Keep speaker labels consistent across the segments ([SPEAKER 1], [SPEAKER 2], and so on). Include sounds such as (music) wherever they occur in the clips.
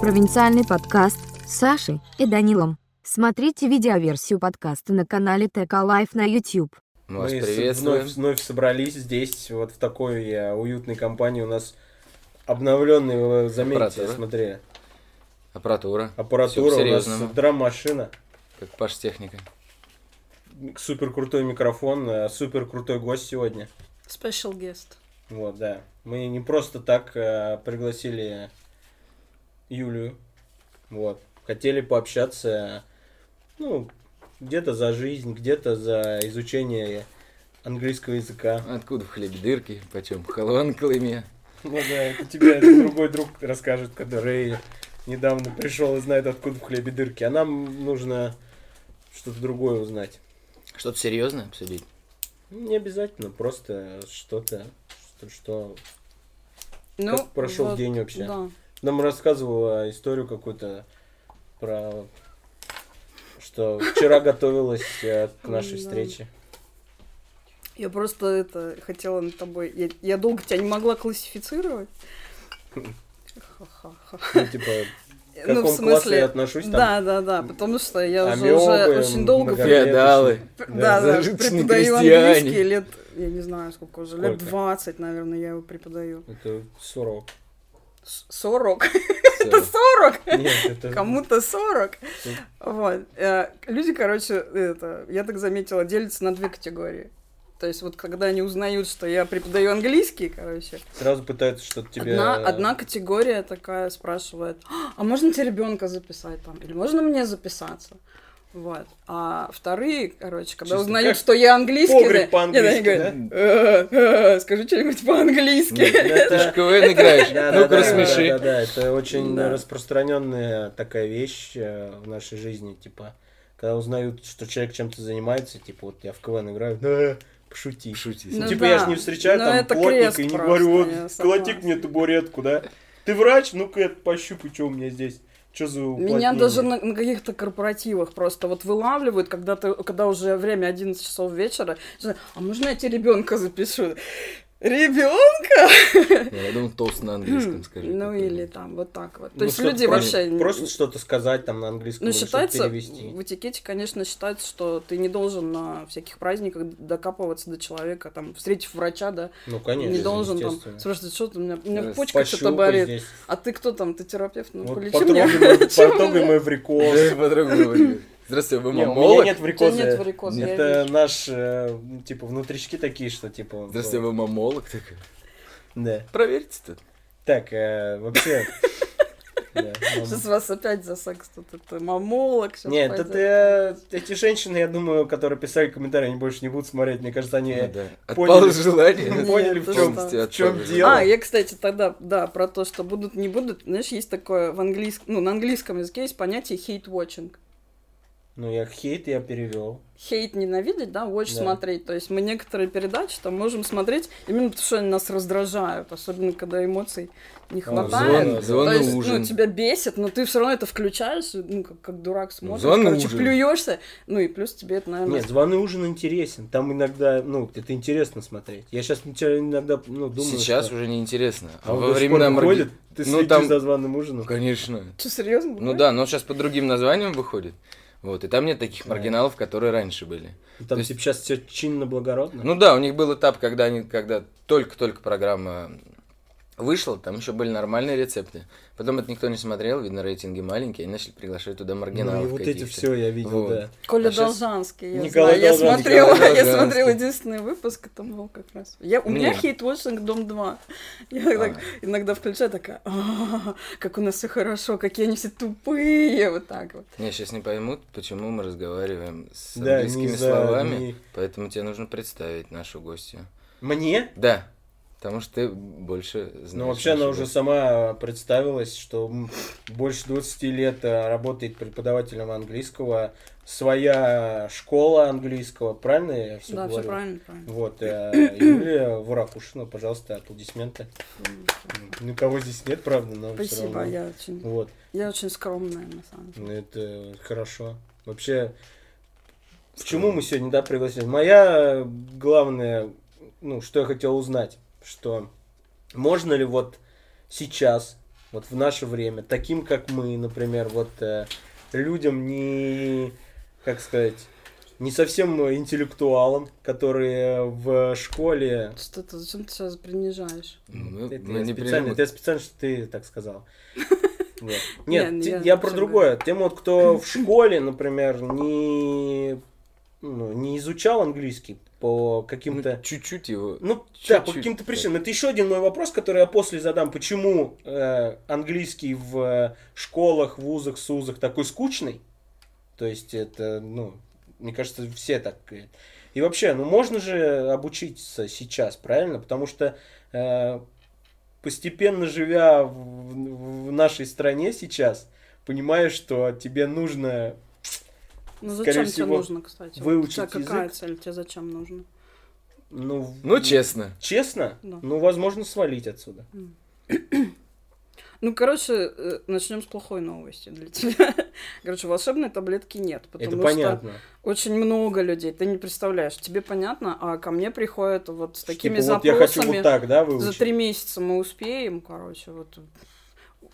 [SPEAKER 1] провинциальный подкаст с Сашей и Данилом. Смотрите видеоверсию подкаста на канале ТК Лайф на YouTube.
[SPEAKER 2] Мы вас
[SPEAKER 3] Мы с-
[SPEAKER 2] приветствуем.
[SPEAKER 3] Вновь, вновь собрались здесь, вот в такой э, уютной компании. У нас обновленный, вы заметите,
[SPEAKER 2] Аппаратура.
[SPEAKER 3] смотри,
[SPEAKER 2] Аппаратура.
[SPEAKER 3] аппаратура, у нас
[SPEAKER 2] по-серьезному.
[SPEAKER 3] драм-машина,
[SPEAKER 2] Как Паш техника.
[SPEAKER 3] супер крутой микрофон, супер крутой гость сегодня.
[SPEAKER 4] Special guest.
[SPEAKER 3] Вот, да. Мы не просто так э, пригласили Юлию. Вот. Хотели пообщаться, ну, где-то за жизнь, где-то за изучение английского языка.
[SPEAKER 2] Откуда в хлебе дырки, почем халва на Колыме.
[SPEAKER 3] Ну да, это тебе другой друг расскажет, который недавно пришел и знает, откуда в хлебе дырки. А нам нужно что-то другое узнать.
[SPEAKER 2] Что-то серьезное обсудить?
[SPEAKER 3] Не обязательно, просто что-то, что, что...
[SPEAKER 4] Ну,
[SPEAKER 3] Как прошел
[SPEAKER 4] вот,
[SPEAKER 3] день вообще?
[SPEAKER 4] Да.
[SPEAKER 3] Нам рассказывала историю какую-то про... Что
[SPEAKER 4] (laughs)
[SPEAKER 3] вчера готовилась э, к нашей
[SPEAKER 4] Да. (laughs)
[SPEAKER 3] встрече.
[SPEAKER 4] Я просто это хотела над тобой. Я, я долго тебя не могла классифицировать. Ха-ха-ха.
[SPEAKER 3] Ну, типа, к
[SPEAKER 4] Ну,
[SPEAKER 3] какому
[SPEAKER 4] в
[SPEAKER 3] классу я
[SPEAKER 4] смысле,
[SPEAKER 3] отношусь там.
[SPEAKER 4] Да, да, да, потому что я уже-
[SPEAKER 3] Амебы,
[SPEAKER 4] уже очень долго
[SPEAKER 3] многоклеточные.
[SPEAKER 2] Феодалы.
[SPEAKER 4] п-
[SPEAKER 3] да,
[SPEAKER 4] да, да,
[SPEAKER 2] зажиточные
[SPEAKER 4] преподаю
[SPEAKER 2] крестьяне.
[SPEAKER 4] английский лет, я не знаю, сколько уже, лет
[SPEAKER 3] Сколько?
[SPEAKER 4] 20, наверное, я его преподаю.
[SPEAKER 3] Это
[SPEAKER 4] (laughs)
[SPEAKER 3] сурово.
[SPEAKER 4] С- 40.
[SPEAKER 2] Всё.
[SPEAKER 4] 40!
[SPEAKER 3] Нет, это...
[SPEAKER 4] Кому-то 40.
[SPEAKER 3] Тут-
[SPEAKER 4] Вот. Э, Люди, короче, это, я так заметила, делятся на две категории. То есть вот когда они узнают, что я преподаю английский, короче,
[SPEAKER 3] Сразу пытаются что-то тебе...
[SPEAKER 4] одна, одна категория такая спрашивает, а можно тебе ребенка записать там? Или можно мне записаться? Вот. А вторые, короче, когда
[SPEAKER 3] Чисто
[SPEAKER 4] узнают,
[SPEAKER 3] как
[SPEAKER 4] что я английский,
[SPEAKER 3] погреб
[SPEAKER 4] да, нет,
[SPEAKER 3] по-английски,
[SPEAKER 4] они говорят, «Э, э, скажи что-нибудь по-английски.
[SPEAKER 3] Это-
[SPEAKER 2] ну Ты же КВН играешь. Ну-ка
[SPEAKER 3] да,
[SPEAKER 2] рассмеши.
[SPEAKER 3] Да, да, да, это очень
[SPEAKER 4] Да.
[SPEAKER 3] распространенная такая вещь э, в нашей жизни, типа, когда узнают, что человек чем-то занимается, типа, вот я в КВН играю, да, пошути.
[SPEAKER 2] Шути.
[SPEAKER 4] Ну
[SPEAKER 3] типа,
[SPEAKER 4] да.
[SPEAKER 3] я ж не встречаю
[SPEAKER 4] Но
[SPEAKER 3] там
[SPEAKER 4] это
[SPEAKER 3] плотника
[SPEAKER 4] крест
[SPEAKER 3] и не
[SPEAKER 4] просто,
[SPEAKER 3] говорю, «Вот,
[SPEAKER 4] я
[SPEAKER 3] колоти
[SPEAKER 4] согласна.
[SPEAKER 3] мне табуретку, да? Ты врач? Ну-ка я пощупаю, что у меня здесь. Что за
[SPEAKER 4] Меня
[SPEAKER 3] уплотнение?»
[SPEAKER 4] даже на, на каких-то корпоративах просто вот вылавливают, когда ты, когда уже время 11 часов вечера. что, А можно я тебе ребенка запишу? Ребенка?
[SPEAKER 2] Я думал, тост на английском скажи.
[SPEAKER 4] Ну
[SPEAKER 2] какой-нибудь.
[SPEAKER 4] или там вот так вот. То
[SPEAKER 3] Ну,
[SPEAKER 4] есть
[SPEAKER 3] что-то
[SPEAKER 4] люди
[SPEAKER 3] просто-
[SPEAKER 4] вообще...
[SPEAKER 3] Просто что-то сказать там на английском,
[SPEAKER 4] Ну,
[SPEAKER 3] или что-то
[SPEAKER 4] считается,
[SPEAKER 3] перевести.
[SPEAKER 4] в этикете, конечно, считается, что ты не должен на всяких праздниках докапываться до человека, там, встретив врача, да,
[SPEAKER 3] Ну, конечно,
[SPEAKER 4] не должен там
[SPEAKER 3] естественно.
[SPEAKER 4] спрашивать, что ты у меня, у меня
[SPEAKER 2] Да,
[SPEAKER 4] почка что-то
[SPEAKER 3] Пощупай
[SPEAKER 4] болит.
[SPEAKER 3] здесь.
[SPEAKER 4] А ты кто там, ты терапевт? Ну,
[SPEAKER 3] Вот
[SPEAKER 4] полечи
[SPEAKER 3] потрогай
[SPEAKER 4] меня.
[SPEAKER 3] мой-
[SPEAKER 4] (laughs) Чем
[SPEAKER 3] потрогай
[SPEAKER 4] мне?
[SPEAKER 3] мой врикоз.
[SPEAKER 2] Даже подруга говорит. Здравствуйте, вы
[SPEAKER 3] Не, у меня
[SPEAKER 2] мамолог?
[SPEAKER 3] нет
[SPEAKER 4] У тебя
[SPEAKER 3] варикоза.
[SPEAKER 4] нет варикоза, я
[SPEAKER 3] Это
[SPEAKER 4] вижу.
[SPEAKER 3] наш, э, ну, типа, внутрички такие, что, типа...
[SPEAKER 2] Здравствуйте,
[SPEAKER 3] вот.
[SPEAKER 2] вы мамолог? Такая,
[SPEAKER 3] Да.
[SPEAKER 2] Проверьте тут.
[SPEAKER 3] Так, э,
[SPEAKER 2] (laughs)
[SPEAKER 3] вообще... да, мам.
[SPEAKER 4] Сейчас вас опять за секс тут, это мамолог. щас
[SPEAKER 3] Нет,
[SPEAKER 4] пойдёт.
[SPEAKER 3] это э, эти женщины, я думаю, которые писали комментарии, они больше не будут смотреть. Мне кажется,
[SPEAKER 2] Ну
[SPEAKER 3] они
[SPEAKER 2] да.
[SPEAKER 3] поняли.
[SPEAKER 2] Отпало желание. (laughs)
[SPEAKER 4] Нет,
[SPEAKER 3] поняли, в
[SPEAKER 4] ты
[SPEAKER 3] чем
[SPEAKER 4] что?
[SPEAKER 3] в чем дело.
[SPEAKER 4] А, я, кстати, тогда, да, про то, что будут, не будут. Знаешь, есть такое в английском, ну, на английском языке есть понятие hate watching.
[SPEAKER 3] Ну, я хейт я перевел.
[SPEAKER 4] Хейт ненавидеть, да, watch
[SPEAKER 3] Да.
[SPEAKER 4] смотреть. То есть мы некоторые передачи там можем смотреть именно потому, что они нас раздражают, особенно когда эмоций не хватает.
[SPEAKER 2] Звон,
[SPEAKER 3] звон-
[SPEAKER 2] звон
[SPEAKER 4] То есть,
[SPEAKER 2] ужин.
[SPEAKER 4] ну, тебя бесит, но ты все равно это включаешь, ну, как, как дурак смотришь,
[SPEAKER 2] звон и
[SPEAKER 4] короче,
[SPEAKER 2] ужин.
[SPEAKER 4] плюешься, ну, и плюс тебе это, наверное... (laughs)
[SPEAKER 3] Нет, званый ужин интересен. Там иногда, ну, это интересно смотреть. Я сейчас иногда, ну, думаю,
[SPEAKER 2] Сейчас
[SPEAKER 3] что-
[SPEAKER 2] уже неинтересно. А
[SPEAKER 3] вот
[SPEAKER 2] во
[SPEAKER 3] до сих пор
[SPEAKER 2] времена Марги-
[SPEAKER 3] выходит, ты
[SPEAKER 2] Ну,
[SPEAKER 3] следишь
[SPEAKER 2] там-
[SPEAKER 3] за званым ужином.
[SPEAKER 2] Ну, конечно.
[SPEAKER 4] Что, серьезно?
[SPEAKER 2] Ну да, но сейчас под другим названием выходит. Вот, и там нет таких маргиналов, которые раньше были.
[SPEAKER 3] Там,
[SPEAKER 2] есть-
[SPEAKER 3] типа, сейчас все чинно-благородно.
[SPEAKER 2] Ну да, у них был этап, когда они, когда только-только программа вышла, там еще были нормальные рецепты. Потом это никто не смотрел, видно, рейтинги маленькие, они начали приглашать туда маргиналов
[SPEAKER 3] Ну, и вот эти
[SPEAKER 2] каких-то.
[SPEAKER 3] все я видел,
[SPEAKER 2] Вот.
[SPEAKER 3] да.
[SPEAKER 4] Коля
[SPEAKER 2] А щас-
[SPEAKER 4] Должанский, я
[SPEAKER 3] Николай
[SPEAKER 4] знаю.
[SPEAKER 3] Должанский.
[SPEAKER 4] Я смотрела,
[SPEAKER 2] Николай
[SPEAKER 4] я
[SPEAKER 2] Должанский.
[SPEAKER 4] смотрела единственный выпуск, там был как раз. Я, у меня
[SPEAKER 2] Нет.
[SPEAKER 4] хейт-вотчинг Дом 2. Я так иногда включаю, такая, «А, как у нас все хорошо, какие они все тупые, вот так вот.
[SPEAKER 2] Не, сейчас не поймут, почему мы разговариваем с
[SPEAKER 3] Да, не
[SPEAKER 2] английскими
[SPEAKER 3] за-
[SPEAKER 2] словами,
[SPEAKER 3] не-
[SPEAKER 2] поэтому тебе нужно представить нашу гостью.
[SPEAKER 3] Мне?
[SPEAKER 2] Да, потому что ты больше знаешь.
[SPEAKER 3] Ну, вообще, она
[SPEAKER 2] нашу
[SPEAKER 3] уже
[SPEAKER 2] гостью.
[SPEAKER 3] сама представилась, что м, больше 20 лет э, работает преподавателем английского, своя школа английского, правильно я все
[SPEAKER 4] да,
[SPEAKER 3] говорю?
[SPEAKER 4] все правильно, правильно.
[SPEAKER 3] Вот, э, Юлия Вуракушина, пожалуйста, аплодисменты. Ну, кого здесь нет, правда, но всё
[SPEAKER 4] Спасибо,
[SPEAKER 3] равно.
[SPEAKER 4] я очень,
[SPEAKER 3] Вот,
[SPEAKER 4] я очень скромная, на самом деле.
[SPEAKER 3] ну, это хорошо. Вообще, почему мы сегодня, да, пригласили? Моя э, главная, ну, что я хотел узнать, что можно ли вот сейчас вот в наше время, таким, как мы, например, вот э, людям не, как сказать, не совсем интеллектуалам, которые в школе...
[SPEAKER 4] Что ты, зачем ты сейчас принижаешь?
[SPEAKER 2] Мы,
[SPEAKER 4] Ну,
[SPEAKER 3] Это
[SPEAKER 2] Ну, мы
[SPEAKER 3] я
[SPEAKER 2] не
[SPEAKER 3] специально,
[SPEAKER 2] переживаем.
[SPEAKER 3] это я специально, что ты так
[SPEAKER 4] (laughs)
[SPEAKER 3] сказал. Вот.
[SPEAKER 4] Не,
[SPEAKER 3] Нет,
[SPEAKER 4] ну
[SPEAKER 3] те-
[SPEAKER 4] я
[SPEAKER 3] я, про
[SPEAKER 4] абсолютно-
[SPEAKER 3] другое. Тем вот, кто в школе, например, не, ну, не изучал английский по
[SPEAKER 2] Ну,
[SPEAKER 3] каким-то
[SPEAKER 2] чуть-чуть его.
[SPEAKER 3] ну,
[SPEAKER 2] Чуть-чуть,
[SPEAKER 3] да, по каким-то
[SPEAKER 2] да.
[SPEAKER 3] причинам. Это еще один мой вопрос, который я после задам. Почему э, английский в э, школах, вузах, СУЗах такой скучный? То есть это, ну, мне кажется, все так... э. И вообще, ну, можно же обучиться сейчас, правильно? Потому что э, постепенно живя в, в- в нашей стране сейчас, понимаешь, что тебе нужно...
[SPEAKER 4] Ну
[SPEAKER 3] Скорее
[SPEAKER 4] зачем тебе
[SPEAKER 3] всего,
[SPEAKER 4] нужно, кстати? Вот
[SPEAKER 3] выучить
[SPEAKER 4] у тебя какая
[SPEAKER 3] язык.
[SPEAKER 4] цель? Тебе зачем нужно?
[SPEAKER 3] Ну, в-
[SPEAKER 2] Ну, честно.
[SPEAKER 3] Честно?
[SPEAKER 4] Да.
[SPEAKER 3] Ну, возможно, свалить отсюда.
[SPEAKER 4] Ну, короче, начнем с плохой новости для тебя. (laughs) Короче, волшебной таблетки нет, потому
[SPEAKER 3] это
[SPEAKER 4] что
[SPEAKER 3] понятно.
[SPEAKER 4] очень много людей, ты не представляешь. Тебе понятно, а ко мне приходят вот с
[SPEAKER 3] Что,
[SPEAKER 4] такими
[SPEAKER 3] типа, вот
[SPEAKER 4] запросами.
[SPEAKER 3] я хочу вот так, да,
[SPEAKER 4] За
[SPEAKER 3] выучить?
[SPEAKER 4] три месяца мы успеем, короче, вот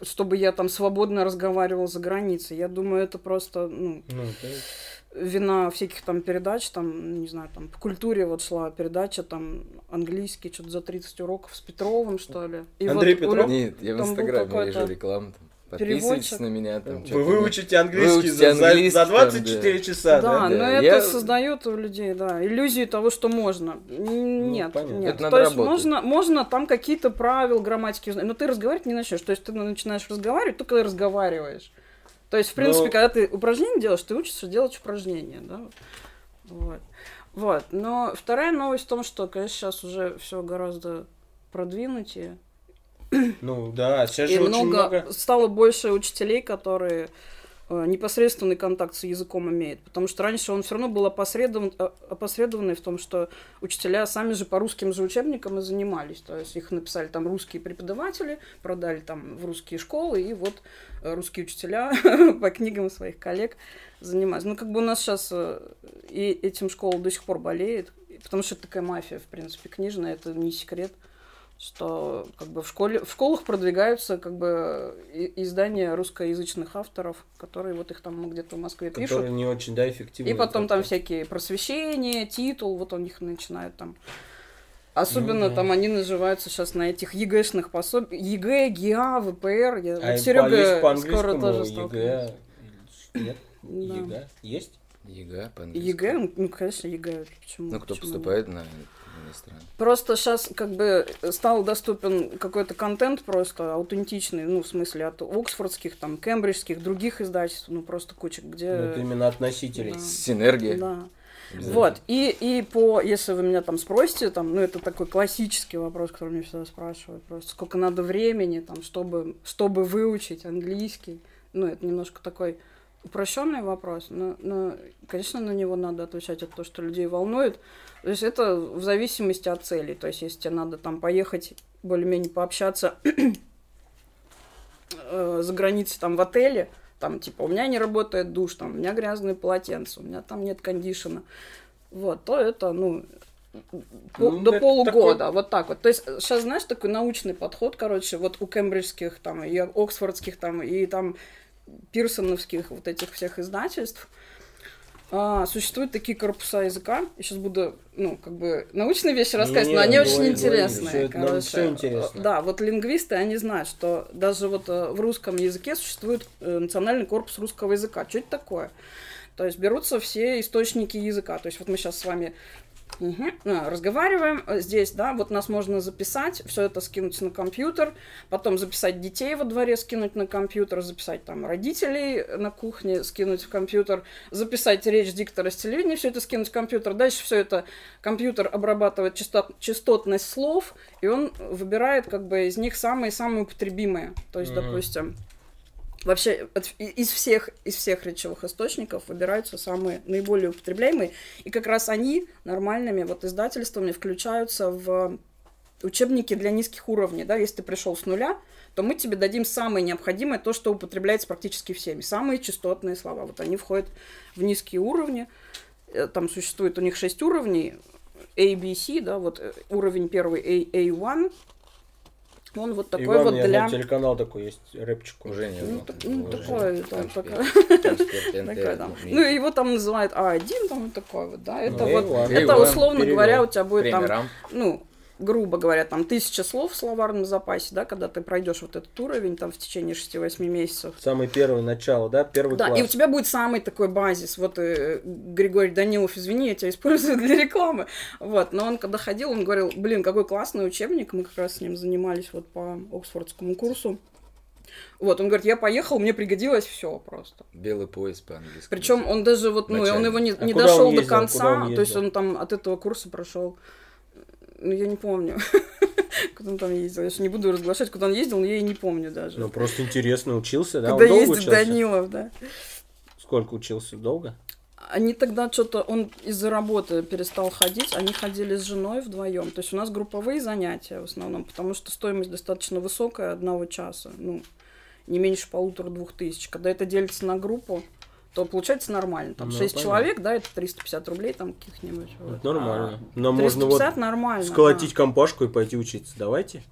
[SPEAKER 4] чтобы я там свободно разговаривал за границей. Я думаю, это просто, ну,
[SPEAKER 3] Ну, это-
[SPEAKER 4] вина всяких там передач, там, не знаю, там, по культуре вот шла передача, там, английский, что-то за 30 уроков с Петровым, что ли. И
[SPEAKER 3] Андрей
[SPEAKER 4] вот у
[SPEAKER 3] Петров?
[SPEAKER 4] лю-
[SPEAKER 2] Нет, я в
[SPEAKER 4] Там был
[SPEAKER 2] Инстаграме
[SPEAKER 4] какой-то
[SPEAKER 2] вижу рекламу. там. Подписывайтесь
[SPEAKER 4] переводчик.
[SPEAKER 2] на меня там.
[SPEAKER 3] Вы
[SPEAKER 2] чё-то.
[SPEAKER 3] выучите английский,
[SPEAKER 2] Выучите
[SPEAKER 3] за, за-
[SPEAKER 2] английский
[SPEAKER 3] за
[SPEAKER 2] там,
[SPEAKER 3] 24
[SPEAKER 2] да.
[SPEAKER 3] часа, да?
[SPEAKER 4] да,
[SPEAKER 2] да.
[SPEAKER 4] но это
[SPEAKER 2] Я-
[SPEAKER 4] создает у людей, да, иллюзию того, что можно. М, Нет,
[SPEAKER 3] понятно.
[SPEAKER 4] нет.
[SPEAKER 2] Ну, Это надо
[SPEAKER 4] То есть
[SPEAKER 2] работать.
[SPEAKER 4] можно, можно там какие-то правила грамматики узнать, но ты разговаривать не начнешь. То есть ты начинаешь разговаривать, только когда разговариваешь. То есть, в
[SPEAKER 2] Ну,
[SPEAKER 3] Но-
[SPEAKER 4] принципе, когда ты упражнение делаешь, ты учишься делать упражнения, да. Вот. Вот. Но вторая новость в том, что, конечно, сейчас уже все гораздо продвинутее.
[SPEAKER 3] Ну да, сейчас
[SPEAKER 4] И
[SPEAKER 3] же очень
[SPEAKER 4] много,
[SPEAKER 3] много...
[SPEAKER 4] стало больше учителей, которые э, непосредственный контакт с языком имеют. Потому что раньше он все равно был опосредован, э, опосредованный в том, что учителя сами же по русским же учебникам и занимались. То есть их написали там русские преподаватели, продали там в русские школы, и вот э, русские учителя (laughs) по книгам своих коллег занимаются. Ну, как бы у нас сейчас и этим школа до сих пор болеет, потому что это такая мафия, в принципе, книжная, это не секрет что как бы в школе в школах продвигаются как бы и- издания русскоязычных авторов, которые вот их там где-то в Москве пишут.
[SPEAKER 3] Которые не очень, да, эффективны.
[SPEAKER 4] И потом там
[SPEAKER 3] Как-то.
[SPEAKER 4] всякие просвещения, титул, вот у них начинают там.
[SPEAKER 3] Ну
[SPEAKER 4] Особенно
[SPEAKER 3] да.
[SPEAKER 4] там они наживаются сейчас на этих ЕГЭшных пособиях. ЕГЭ, ГИА, ВПР. Я...
[SPEAKER 3] А
[SPEAKER 4] вот
[SPEAKER 3] и
[SPEAKER 4] Серега
[SPEAKER 3] по- есть по-английскому
[SPEAKER 4] скоро тоже
[SPEAKER 3] ЕГЭ...
[SPEAKER 4] столкнулся.
[SPEAKER 3] Нет?
[SPEAKER 4] Да.
[SPEAKER 3] ЕГЭ? Есть?
[SPEAKER 2] ЕГЭ по-английски.
[SPEAKER 4] ЕГЭ, ну, конечно, ЕГЭ. Почему?
[SPEAKER 2] Ну, кто
[SPEAKER 4] почему нет?
[SPEAKER 2] поступает на иностранный.
[SPEAKER 4] Просто сейчас как бы стал доступен какой-то контент просто аутентичный, ну, в смысле, от оксфордских, там, кембриджских, других издательств, ну, просто куча, где...
[SPEAKER 3] Ну, это именно от носителей.
[SPEAKER 4] Да.
[SPEAKER 2] Синергия.
[SPEAKER 4] Да.
[SPEAKER 2] Обязательно.
[SPEAKER 4] Вот, и, и по, если вы меня там спросите, там, ну, это такой классический вопрос, который меня всегда спрашивают, просто сколько надо времени, там, чтобы, чтобы выучить английский, ну, это немножко такой упрощенный вопрос, но, но, конечно, на него надо отвечать, это то, что людей волнует, то есть это в зависимости от целей, то есть если тебе надо там поехать, более-менее пообщаться (clears throat) э, за границей, там, в отеле, там, типа, у меня не работает душ, там, у меня грязные полотенца, у меня там нет кондишена, вот, то это, ну, по-
[SPEAKER 3] Ну,
[SPEAKER 4] до
[SPEAKER 3] это
[SPEAKER 4] полугода, вот так вот. То есть сейчас, знаешь, такой научный подход, короче, вот у кембриджских, там, и оксфордских, там, и там пирсоновских вот этих всех издательств, а, существуют такие корпуса языка. Я сейчас буду, ну, как бы научные вещи рассказывать,
[SPEAKER 3] Не,
[SPEAKER 4] но они
[SPEAKER 3] Ну говори,
[SPEAKER 4] очень
[SPEAKER 3] говори,
[SPEAKER 4] интересные.
[SPEAKER 3] всё это нам
[SPEAKER 4] короче.
[SPEAKER 3] всё интересно.
[SPEAKER 4] Да, вот лингвисты, они знают, что даже вот э, в русском языке существует э, национальный корпус русского языка. Что это такое? То есть берутся все источники языка. То есть вот мы сейчас с вами мгм, а, разговариваем э, здесь, да, вот нас можно записать, все это скинуть на компьютер, потом записать детей во дворе, скинуть на компьютер, записать там родителей э, на кухне, скинуть в компьютер, записать речь диктора с телевидения, все это скинуть в компьютер. Дальше все это компьютер обрабатывает частот- частотность слов, и он выбирает как бы из них самые-самые употребимые. То есть,
[SPEAKER 3] Мгм.
[SPEAKER 4] допустим, вообще от- и- из всех, из всех речевых источников выбираются самые наиболее употребляемые, и как раз они нормальными вот издательствами включаются в учебники для низких уровней, да, если ты пришел с нуля, то мы тебе дадим самое необходимое, то, что употребляется практически всеми, самые частотные слова. Вот они входят в низкие уровни, Э, там существует у них шесть уровней, A, B, C, да, вот э, уровень первый A, A1, Он вот
[SPEAKER 3] И
[SPEAKER 4] такой
[SPEAKER 3] вам,
[SPEAKER 4] вот
[SPEAKER 3] я
[SPEAKER 4] для...
[SPEAKER 3] знаю, телеканал такой есть, рэпчик.
[SPEAKER 2] Уже нет.
[SPEAKER 4] Ну,
[SPEAKER 2] но
[SPEAKER 4] так- ну,
[SPEAKER 2] уже
[SPEAKER 4] такое,
[SPEAKER 2] нет.
[SPEAKER 4] там,
[SPEAKER 2] Конспект. Конспект НТ,
[SPEAKER 4] Такой, да.
[SPEAKER 2] ну,
[SPEAKER 4] Ну, его там называют А1, там вот такой вот, да. Это
[SPEAKER 3] Ну, и
[SPEAKER 4] вот,
[SPEAKER 3] ладно.
[SPEAKER 2] И
[SPEAKER 4] это
[SPEAKER 2] ладно,
[SPEAKER 4] условно
[SPEAKER 3] перевел.
[SPEAKER 4] говоря, у тебя будет
[SPEAKER 2] Время
[SPEAKER 4] там,
[SPEAKER 2] рам.
[SPEAKER 4] ну, грубо говоря, там тысяча слов в словарном запасе, да, когда ты пройдешь вот этот уровень там в течение 6-8 месяцев.
[SPEAKER 3] Самый первый начало, да, первый
[SPEAKER 4] Да,
[SPEAKER 3] класс.
[SPEAKER 4] и у тебя будет самый такой базис. Вот э, Григорий Данилов, извини, я тебя использую для рекламы. Вот, но он когда ходил, он говорил, блин, какой классный учебник. Мы как раз с ним занимались вот по Оксфордскому курсу. Вот, он говорит, я поехал, мне пригодилось все просто.
[SPEAKER 2] Белый пояс по-английски.
[SPEAKER 4] Причем он даже вот, ну, и он
[SPEAKER 2] Начальник.
[SPEAKER 4] его не,
[SPEAKER 3] А
[SPEAKER 4] не
[SPEAKER 3] куда
[SPEAKER 4] дошел
[SPEAKER 3] он
[SPEAKER 4] до
[SPEAKER 3] ездил? Куда он
[SPEAKER 4] конца, то есть
[SPEAKER 3] ездил?
[SPEAKER 4] он там от этого курса прошел, ну, я не помню, (laughs) куда он там ездил, я же не буду разглашать, куда он ездил, но я и не помню даже.
[SPEAKER 3] Ну, просто интересно, учился, да?
[SPEAKER 4] куда
[SPEAKER 3] он долго
[SPEAKER 4] ездит
[SPEAKER 3] учился?
[SPEAKER 4] Данилов, да.
[SPEAKER 3] Сколько учился? Долго?
[SPEAKER 4] Они тогда что-то, он из-за работы перестал ходить, они ходили с женой вдвоем. То есть у нас групповые занятия в основном, потому что стоимость достаточно высокая одного часа, ну, не меньше полутора-двух тысяч. Когда это делится на группу, то получается нормально. Там
[SPEAKER 3] Ну,
[SPEAKER 4] шесть
[SPEAKER 3] понятно.
[SPEAKER 4] человек, да, это 350 рублей там каких-нибудь. вот.
[SPEAKER 3] Это нормально.
[SPEAKER 4] А,
[SPEAKER 3] Но можно
[SPEAKER 4] 350
[SPEAKER 3] вот
[SPEAKER 4] нормально.
[SPEAKER 3] сколотить компашку и пойти учиться. Давайте.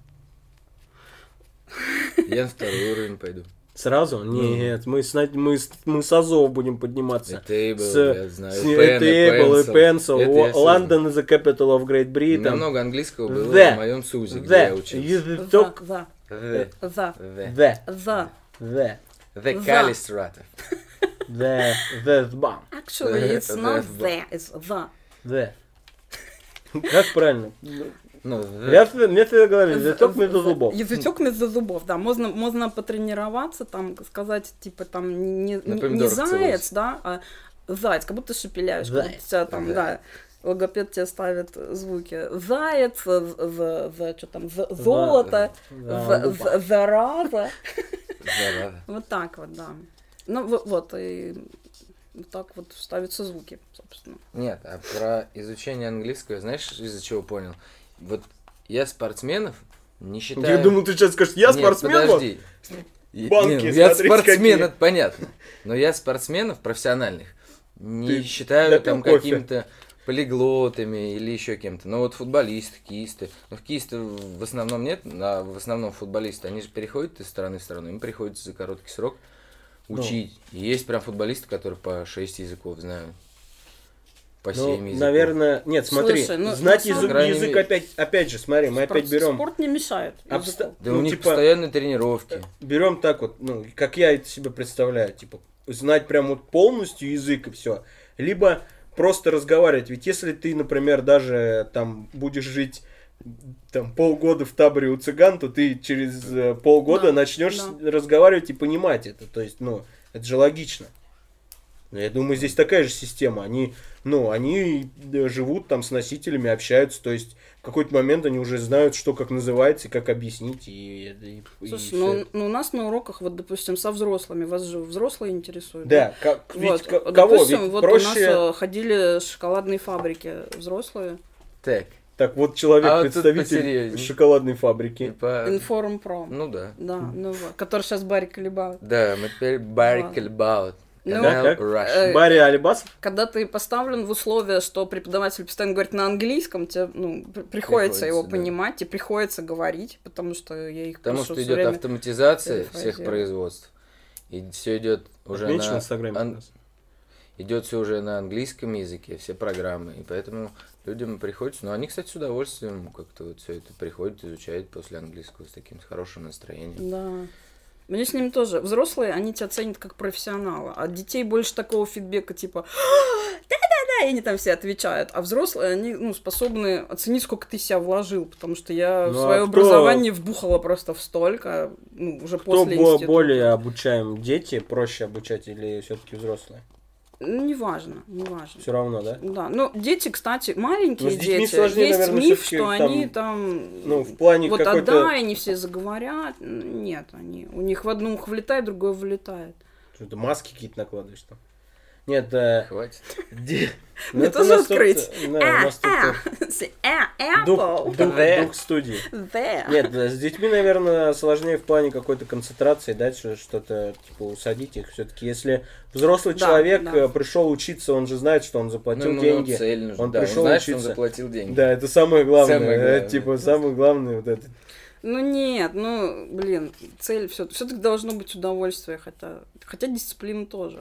[SPEAKER 2] Я на второй уровень пойду.
[SPEAKER 3] Сразу?
[SPEAKER 4] Ну.
[SPEAKER 3] Нет, мы с, на- мы, с- мы с Азов будем подниматься.
[SPEAKER 2] Этейбл,
[SPEAKER 3] С-
[SPEAKER 2] я
[SPEAKER 3] С
[SPEAKER 2] знаю. Pen
[SPEAKER 3] Table и Pencil.
[SPEAKER 2] Это я
[SPEAKER 3] О,
[SPEAKER 2] всё
[SPEAKER 3] London is the capital of Great
[SPEAKER 2] знаю. У меня
[SPEAKER 3] Britain.
[SPEAKER 2] много английского было
[SPEAKER 3] The.
[SPEAKER 2] в моем СУЗе, где я
[SPEAKER 3] The,
[SPEAKER 2] учился.
[SPEAKER 4] да.
[SPEAKER 3] you talk
[SPEAKER 4] За,
[SPEAKER 2] The.
[SPEAKER 4] за,
[SPEAKER 2] The.
[SPEAKER 3] the,
[SPEAKER 4] за.
[SPEAKER 3] the,
[SPEAKER 2] The
[SPEAKER 4] За.
[SPEAKER 2] Калистратов.
[SPEAKER 3] the, the bomb, (laughs)
[SPEAKER 4] Actually, it's not
[SPEAKER 2] Да.
[SPEAKER 4] the, it's the.
[SPEAKER 3] the. Как правильно?
[SPEAKER 2] Ну, the.
[SPEAKER 3] Я тебе- Мне всегда говорили, язычок между
[SPEAKER 4] З-
[SPEAKER 3] зубов.
[SPEAKER 4] Язычок между зубов, да. Можно, можно потренироваться, там сказать, типа, там, не, не- не,
[SPEAKER 2] помидорах
[SPEAKER 4] заяц,
[SPEAKER 2] целуйся.
[SPEAKER 4] да, а заяц, как будто шепеляешь, как будто
[SPEAKER 3] Заяц.
[SPEAKER 4] тебя там, да. Логопед тебе ставит звуки. Заяц, что там, з- золото,
[SPEAKER 3] Да, ну,
[SPEAKER 4] з-
[SPEAKER 3] зуба.
[SPEAKER 4] з- зараза.
[SPEAKER 2] Зараза.
[SPEAKER 4] Вот так вот, да. Ну, во- вот, и вот так вот ставятся звуки, собственно.
[SPEAKER 2] Нет, а про изучение английского, знаешь, из-за чего понял? Вот я спортсменов не считаю...
[SPEAKER 3] Я думал, ты сейчас скажешь, я
[SPEAKER 2] Нет,
[SPEAKER 3] спортсмен. вот.
[SPEAKER 2] подожди. Я-
[SPEAKER 3] Банки,
[SPEAKER 2] не, ну, я
[SPEAKER 3] смотрите,
[SPEAKER 2] спортсмен,
[SPEAKER 3] какие.
[SPEAKER 2] это понятно. Но я спортсменов профессиональных не
[SPEAKER 3] Ты
[SPEAKER 2] считаю
[SPEAKER 3] допил
[SPEAKER 2] там
[SPEAKER 3] кофе.
[SPEAKER 2] какими-то полиглотами или еще кем-то. Но вот футболисты, кисты. Ну, в кисты в основном нет, а в основном футболисты, они же переходят из стороны в страну, им приходится за короткий срок
[SPEAKER 3] Ну.
[SPEAKER 2] учить. И есть прям футболисты, которые по 6 языков знают. По 7
[SPEAKER 3] Ну,
[SPEAKER 2] языков.
[SPEAKER 3] наверное, нет, смотри,
[SPEAKER 4] Слушай, ну,
[SPEAKER 3] знать
[SPEAKER 4] на самом-
[SPEAKER 3] язык,
[SPEAKER 2] По крайней
[SPEAKER 3] язык
[SPEAKER 2] мере.
[SPEAKER 3] опять, опять же, смотри, мы опять
[SPEAKER 4] Спорт-
[SPEAKER 3] берем,
[SPEAKER 4] Спорт не мешает.
[SPEAKER 3] Обста-
[SPEAKER 4] языку.
[SPEAKER 2] Да
[SPEAKER 3] ну,
[SPEAKER 2] у них
[SPEAKER 3] типа- э,
[SPEAKER 2] постоянные тренировки.
[SPEAKER 3] берем так вот, ну, как я это себе представляю, типа, знать прям вот полностью язык и все, либо просто разговаривать, ведь если ты, например, даже там будешь жить там полгода в таборе у цыган, то ты через э, полгода
[SPEAKER 4] Да,
[SPEAKER 3] начнешь разговаривать и понимать это, то есть, ну, это же логично. Ну, Я думаю, здесь такая же система. Они, ну, они э, живут там с носителями, общаются, то есть в какой-то момент они уже знают, что как называется и как объяснить. И, и- и
[SPEAKER 4] Слушай,
[SPEAKER 3] всё
[SPEAKER 4] ну,
[SPEAKER 3] это.
[SPEAKER 4] ну у нас на уроках, вот, допустим, со взрослыми, вас же взрослые интересуют.
[SPEAKER 3] Да, как, ведь
[SPEAKER 4] Вот, ну,
[SPEAKER 3] к- кого?
[SPEAKER 4] допустим,
[SPEAKER 3] Ведь
[SPEAKER 4] вот у нас
[SPEAKER 3] проще...
[SPEAKER 4] э, ходили шоколадные фабрики взрослые,
[SPEAKER 2] Так,
[SPEAKER 3] Так, вот человек,
[SPEAKER 2] А вот тут
[SPEAKER 3] представитель
[SPEAKER 2] посерьезней.
[SPEAKER 3] шоколадной фабрики.
[SPEAKER 2] типа...
[SPEAKER 4] Информпром,
[SPEAKER 2] Ну да.
[SPEAKER 4] да, ну вот, который сейчас Барик Либаут.
[SPEAKER 2] Да, мы теперь Баркельбаут.
[SPEAKER 4] Ну,
[SPEAKER 2] Канал
[SPEAKER 3] как?
[SPEAKER 2] Rush.
[SPEAKER 4] э,
[SPEAKER 3] Барри Алибасов?
[SPEAKER 4] Когда ты поставлен в условия, что преподаватель постоянно говорит на английском, тебе ну, при- приходится,
[SPEAKER 2] Приходится,
[SPEAKER 4] его
[SPEAKER 2] да.
[SPEAKER 4] понимать, тебе приходится говорить, потому что я их
[SPEAKER 2] Потому
[SPEAKER 4] прошу
[SPEAKER 2] что
[SPEAKER 4] всё
[SPEAKER 2] идет
[SPEAKER 4] время-
[SPEAKER 2] автоматизация всех
[SPEAKER 4] перефразировать.
[SPEAKER 2] производств. И все идет уже
[SPEAKER 3] Отмечен в
[SPEAKER 2] на...
[SPEAKER 3] Инстаграме. у нас.
[SPEAKER 2] Идет все уже на английском языке, все программы. И поэтому людям приходится... Ну, они, кстати, с удовольствием как-то вот все это приходят, изучают после английского с таким хорошим настроением.
[SPEAKER 4] Да. Мне с ним тоже. Взрослые, они тебя ценят как профессионала. От детей больше такого фидбэка, типа, «А, да-да-да, и они там все отвечают. А взрослые, они ну, способны оценить, сколько ты себя вложил, потому что я
[SPEAKER 3] Ну,
[SPEAKER 4] в
[SPEAKER 3] а
[SPEAKER 4] свое
[SPEAKER 3] кто-
[SPEAKER 4] образование вбухала просто в столько, ну, уже
[SPEAKER 3] Кто
[SPEAKER 4] после
[SPEAKER 3] бо-
[SPEAKER 4] института.
[SPEAKER 3] более обучаем? Дети проще обучать или все-таки взрослые?
[SPEAKER 4] Ну, Неважно, неважно.
[SPEAKER 3] Все равно, да?
[SPEAKER 4] Да, ну, дети, кстати, маленькие
[SPEAKER 3] Ну, с детьми
[SPEAKER 4] дети,
[SPEAKER 3] сложнее,
[SPEAKER 4] есть
[SPEAKER 3] наверное,
[SPEAKER 4] миф,
[SPEAKER 3] всё-таки
[SPEAKER 4] что
[SPEAKER 3] там,
[SPEAKER 4] они там...
[SPEAKER 3] Ну, в плане
[SPEAKER 4] вот
[SPEAKER 3] какой-то...
[SPEAKER 4] отдай, они все заговорят. Нет, они... У них в одну ухо влетает, другое вылетает.
[SPEAKER 3] Что ты маски какие-то накладываешь там? Нет, э, (laughs)
[SPEAKER 2] Хватит.
[SPEAKER 3] ну,
[SPEAKER 4] Мне
[SPEAKER 3] это у
[SPEAKER 4] тоже
[SPEAKER 3] нас тут,
[SPEAKER 4] открыть.
[SPEAKER 3] э, Да, у нас тут, э,
[SPEAKER 4] é. (laughs)
[SPEAKER 3] дух, дух-
[SPEAKER 2] The.
[SPEAKER 3] дух студии. Нет, да, с детьми, наверное, сложнее в плане какой-то концентрации, да, чё- что-то, типа, усадить их. Все-таки, если взрослый
[SPEAKER 4] Да,
[SPEAKER 3] человек
[SPEAKER 4] да.
[SPEAKER 3] пришел учиться, он же знает, что он заплатил
[SPEAKER 2] Ну, ему
[SPEAKER 3] деньги.
[SPEAKER 2] цель нужна.
[SPEAKER 3] Он
[SPEAKER 2] Да, Он
[SPEAKER 3] пришел
[SPEAKER 2] знает, что он
[SPEAKER 3] учиться.
[SPEAKER 2] заплатил деньги.
[SPEAKER 3] Да, это самое главное.
[SPEAKER 2] Самое
[SPEAKER 3] э,
[SPEAKER 2] главное.
[SPEAKER 3] типа, самое главное вот это.
[SPEAKER 4] Ну нет, ну, блин, цель все, все-таки должно быть удовольствие, хотя, хотя дисциплина тоже.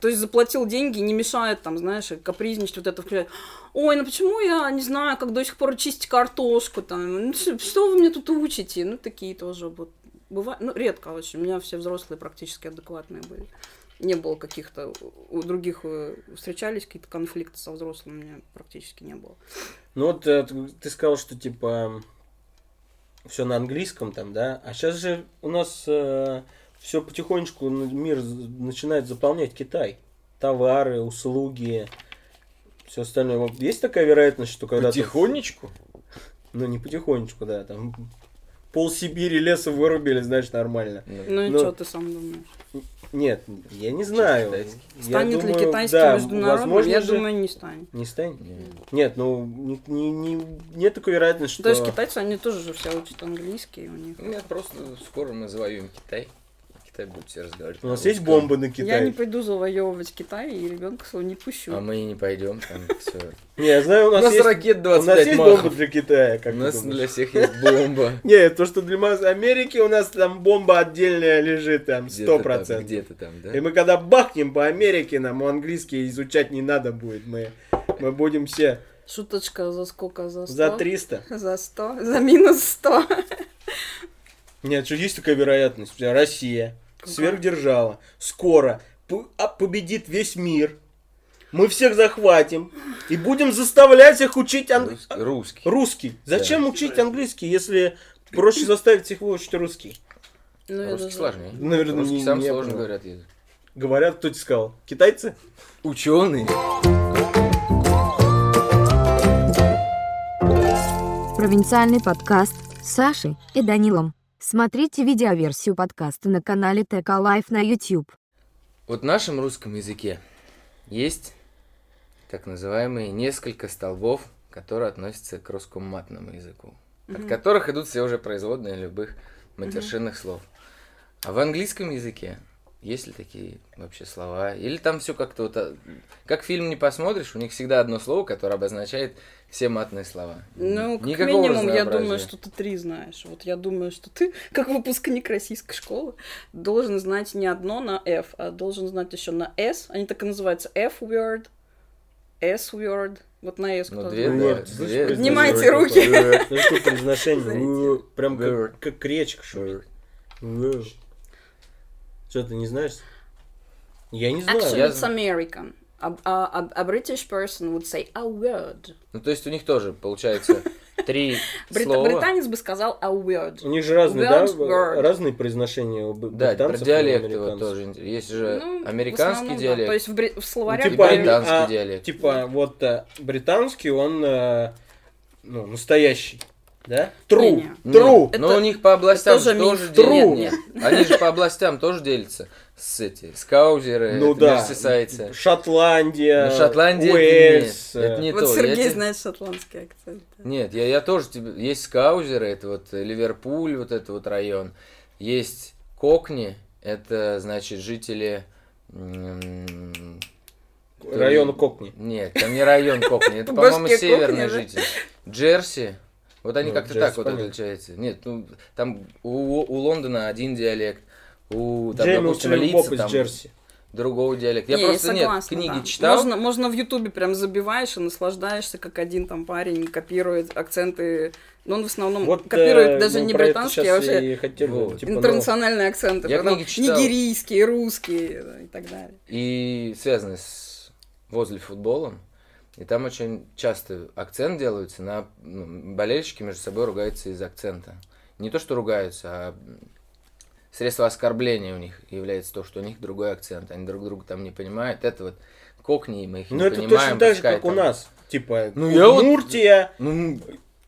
[SPEAKER 4] То есть заплатил деньги, не мешает там, знаешь, капризничать, вот это включать. Ой, ну почему я не знаю, как до сих пор чистить картошку там? Ну, ш- что вы мне тут учите? Ну, такие тоже вот. Бывает, ну, редко очень. У меня все взрослые практически адекватные были. Не было каких-то, у других э, встречались какие-то конфликты со взрослыми, у меня практически не было.
[SPEAKER 3] Ну вот э, ты ты сказал, что типа все на английском там, да? А сейчас же у нас все потихонечку н- мир з- начинает заполнять Китай. Товары, услуги, все остальное. Вот Есть такая вероятность, что когда...
[SPEAKER 2] Потихонечку?
[SPEAKER 3] Ну не потихонечку, да, там пол Сибири леса вырубили, значит, нормально.
[SPEAKER 2] Ну,
[SPEAKER 4] Ну и
[SPEAKER 3] Ну,
[SPEAKER 4] что ты сам думаешь?
[SPEAKER 3] Нет, я не знаю.
[SPEAKER 2] китайский.
[SPEAKER 3] Я
[SPEAKER 4] Станет
[SPEAKER 3] думаю,
[SPEAKER 4] ли китайский
[SPEAKER 3] да,
[SPEAKER 4] международным?
[SPEAKER 3] возможно
[SPEAKER 4] Я
[SPEAKER 3] же-
[SPEAKER 4] думаю, не станет.
[SPEAKER 3] Не станет?
[SPEAKER 2] не.
[SPEAKER 3] Нет, ну, не, не- не- нет такой вероятности, что...
[SPEAKER 4] Ну, То есть китайцы, они тоже же все учат английский у них.
[SPEAKER 2] Нет, просто скоро мы завоюем Китай. Китай будет все разговаривать.
[SPEAKER 3] У нас
[SPEAKER 2] на
[SPEAKER 3] есть
[SPEAKER 2] русском.
[SPEAKER 3] бомбы на
[SPEAKER 4] Я
[SPEAKER 3] Китай?
[SPEAKER 4] не пойду завоевывать Китай и ребенка своего не пущу.
[SPEAKER 2] А мы и не пойдем, там все.
[SPEAKER 3] Не, я знаю, у
[SPEAKER 2] У
[SPEAKER 3] нас,
[SPEAKER 2] нас
[SPEAKER 3] есть,
[SPEAKER 2] ракет
[SPEAKER 3] у нас
[SPEAKER 2] 25
[SPEAKER 3] есть бомба
[SPEAKER 2] махов.
[SPEAKER 3] для Китая,
[SPEAKER 2] У
[SPEAKER 3] как
[SPEAKER 2] нас
[SPEAKER 3] ты думаешь?
[SPEAKER 2] для всех есть бомба.
[SPEAKER 3] (laughs) Не, то, что для Маз- Америки у нас там бомба отдельная лежит, там,
[SPEAKER 2] Где-то
[SPEAKER 3] сто
[SPEAKER 2] там,
[SPEAKER 3] процентов.
[SPEAKER 2] Где-то там, да?
[SPEAKER 3] И мы когда бахнем по Америке, нам английский изучать не надо будет. Мы, мы будем все
[SPEAKER 4] Шуточка за сколько? За 100?
[SPEAKER 3] за 300.
[SPEAKER 4] За 100? За минус 100?
[SPEAKER 3] Нет, что есть такая вероятность? У тебя Россия,
[SPEAKER 4] Какая?
[SPEAKER 3] сверхдержава, скоро п- а победит весь мир. Мы всех захватим и будем заставлять их учить ан-
[SPEAKER 2] Рус- Русский.
[SPEAKER 3] русский. Зачем учить английский, если проще заставить их выучить русский?
[SPEAKER 4] (laughs) Ну, я
[SPEAKER 2] Русский
[SPEAKER 4] даже-
[SPEAKER 2] сложнее.
[SPEAKER 3] Наверное,
[SPEAKER 2] Русский
[SPEAKER 3] не-
[SPEAKER 2] сам
[SPEAKER 3] не
[SPEAKER 2] сложно
[SPEAKER 3] было.
[SPEAKER 2] говорят язык.
[SPEAKER 3] Говорят, кто тебе сказал? Китайцы?
[SPEAKER 2] Ученый.
[SPEAKER 1] Провинциальный подкаст с Сашей и Данилом. Смотрите видеоверсию подкаста на канале ТК Лайф на YouTube.
[SPEAKER 2] Вот в нашем русском языке есть так называемые несколько столбов, которые относятся к русскому матному языку, от которых идут все уже производные любых матершинных слов. А в английском языке есть ли такие вообще слова? Или там все как-то вот... а, Как фильм не посмотришь, у них всегда одно слово, которое обозначает все матные слова.
[SPEAKER 4] Ну, как
[SPEAKER 2] Никакого
[SPEAKER 4] минимум, я
[SPEAKER 2] разнообразия.
[SPEAKER 4] думаю, что ты три знаешь. Вот я думаю, что ты, (laughs) как выпускник российской школы, должен знать не одно на F, а должен знать еще на S. Они так и называются F-word, S-word. Вот на S
[SPEAKER 2] Ну,
[SPEAKER 4] кто
[SPEAKER 2] две,
[SPEAKER 4] знает.
[SPEAKER 2] да,
[SPEAKER 3] Вот, слышишь,
[SPEAKER 2] две-
[SPEAKER 4] Поднимайте
[SPEAKER 2] две-
[SPEAKER 4] руки.
[SPEAKER 3] Ну что, произношение? Э,
[SPEAKER 2] Знаете.
[SPEAKER 3] Прям
[SPEAKER 2] Word.
[SPEAKER 3] как, как речка, что ли?
[SPEAKER 2] Word.
[SPEAKER 3] Word. Что, ты не знаешь? Я не знаю.
[SPEAKER 4] Actually,
[SPEAKER 2] я
[SPEAKER 4] it's
[SPEAKER 2] знаю.
[SPEAKER 4] American. A, a, a а British person would say a word.
[SPEAKER 2] Ну, то есть у них тоже получается три
[SPEAKER 4] (laughs) Брит-
[SPEAKER 2] слова.
[SPEAKER 4] Британец бы сказал a word.
[SPEAKER 3] У них же разные, да,
[SPEAKER 4] Words, word.
[SPEAKER 3] разные произношения у б-
[SPEAKER 2] Да, про
[SPEAKER 3] британцев и
[SPEAKER 2] диалекты вот
[SPEAKER 3] американцев.
[SPEAKER 2] тоже. интерес- Есть же
[SPEAKER 4] Ну, в
[SPEAKER 2] американский
[SPEAKER 4] основном, да.
[SPEAKER 2] диалект. Ну,
[SPEAKER 4] То есть в, бри- в словаре
[SPEAKER 2] И
[SPEAKER 3] типа, они-
[SPEAKER 2] британский
[SPEAKER 3] а,
[SPEAKER 2] диалект.
[SPEAKER 3] Типа, вот э, британский, он э, ну, настоящий. Да? Тру.
[SPEAKER 4] Не-не.
[SPEAKER 3] Тру.
[SPEAKER 2] Нет,
[SPEAKER 4] Это-
[SPEAKER 2] Но Ну, у них по областям
[SPEAKER 4] это тоже
[SPEAKER 2] же тоже делят.
[SPEAKER 4] миф.
[SPEAKER 3] True.
[SPEAKER 2] Нет, нет. Они же по областям тоже делятся. С эти, скаузеры,
[SPEAKER 3] Ну да.
[SPEAKER 2] мерсисайцы.
[SPEAKER 3] Шотландия.
[SPEAKER 2] Ну, Шотландия это
[SPEAKER 3] Уэльс. э,
[SPEAKER 2] не- это не
[SPEAKER 4] Вот
[SPEAKER 2] то, я
[SPEAKER 4] Сергей
[SPEAKER 2] тебе-
[SPEAKER 4] знает шотландский акцент. да.
[SPEAKER 2] Нет, я, я тоже тебе... Есть скаузеры, это вот э, Ливерпуль, вот этот вот район. Есть кокни, это, значит, жители... м,
[SPEAKER 3] э, Район Кокни.
[SPEAKER 2] Нет, там не район Кокни,
[SPEAKER 4] (laughs)
[SPEAKER 2] это,
[SPEAKER 4] Башки
[SPEAKER 2] по-моему,
[SPEAKER 4] Кокни,
[SPEAKER 2] северные
[SPEAKER 4] да?
[SPEAKER 2] жители. Джерси, вот они
[SPEAKER 3] Ну,
[SPEAKER 2] как-то
[SPEAKER 3] Джерси
[SPEAKER 2] так вот
[SPEAKER 3] понятно.
[SPEAKER 2] отличаются. Нет, ну, там у, у Лондона один диалект, у, там,
[SPEAKER 3] Джейми
[SPEAKER 2] допустим,
[SPEAKER 3] Учлен Боб
[SPEAKER 2] лица
[SPEAKER 3] из
[SPEAKER 2] там
[SPEAKER 3] Джерси.
[SPEAKER 2] другого диалекта. Я
[SPEAKER 4] Не,
[SPEAKER 2] просто, нет,
[SPEAKER 4] согласна,
[SPEAKER 2] книги
[SPEAKER 4] да.
[SPEAKER 2] читал.
[SPEAKER 4] Можно, можно в Ютубе прям забиваешь и наслаждаешься, как один там парень копирует акценты. Но он в основном
[SPEAKER 3] Вот, э,
[SPEAKER 4] копирует Ну, даже
[SPEAKER 2] ну,
[SPEAKER 3] мы
[SPEAKER 4] не
[SPEAKER 3] про это
[SPEAKER 4] британский, а
[SPEAKER 3] щас
[SPEAKER 4] вообще
[SPEAKER 3] и хотели,
[SPEAKER 2] Вот.
[SPEAKER 3] типа,
[SPEAKER 4] интернациональные акценты.
[SPEAKER 2] ну, Я
[SPEAKER 4] потом
[SPEAKER 2] книги читал.
[SPEAKER 4] Нигерийские, русские да, и так далее.
[SPEAKER 2] и связаны с возле футболом. И там очень часто акцент делается на ну, болельщики между собой ругаются из акцента. Не то, что ругаются, а средство оскорбления у них является то, что у них другой акцент. Они друг друга там не понимают. Это вот кокни, мы их
[SPEAKER 3] ну,
[SPEAKER 2] не
[SPEAKER 3] это
[SPEAKER 2] понимаем.
[SPEAKER 3] точно так же,
[SPEAKER 2] пускай
[SPEAKER 3] как у
[SPEAKER 2] там-
[SPEAKER 3] нас. Типа,
[SPEAKER 2] Ну, я вот-
[SPEAKER 3] Муртия,
[SPEAKER 2] Ну,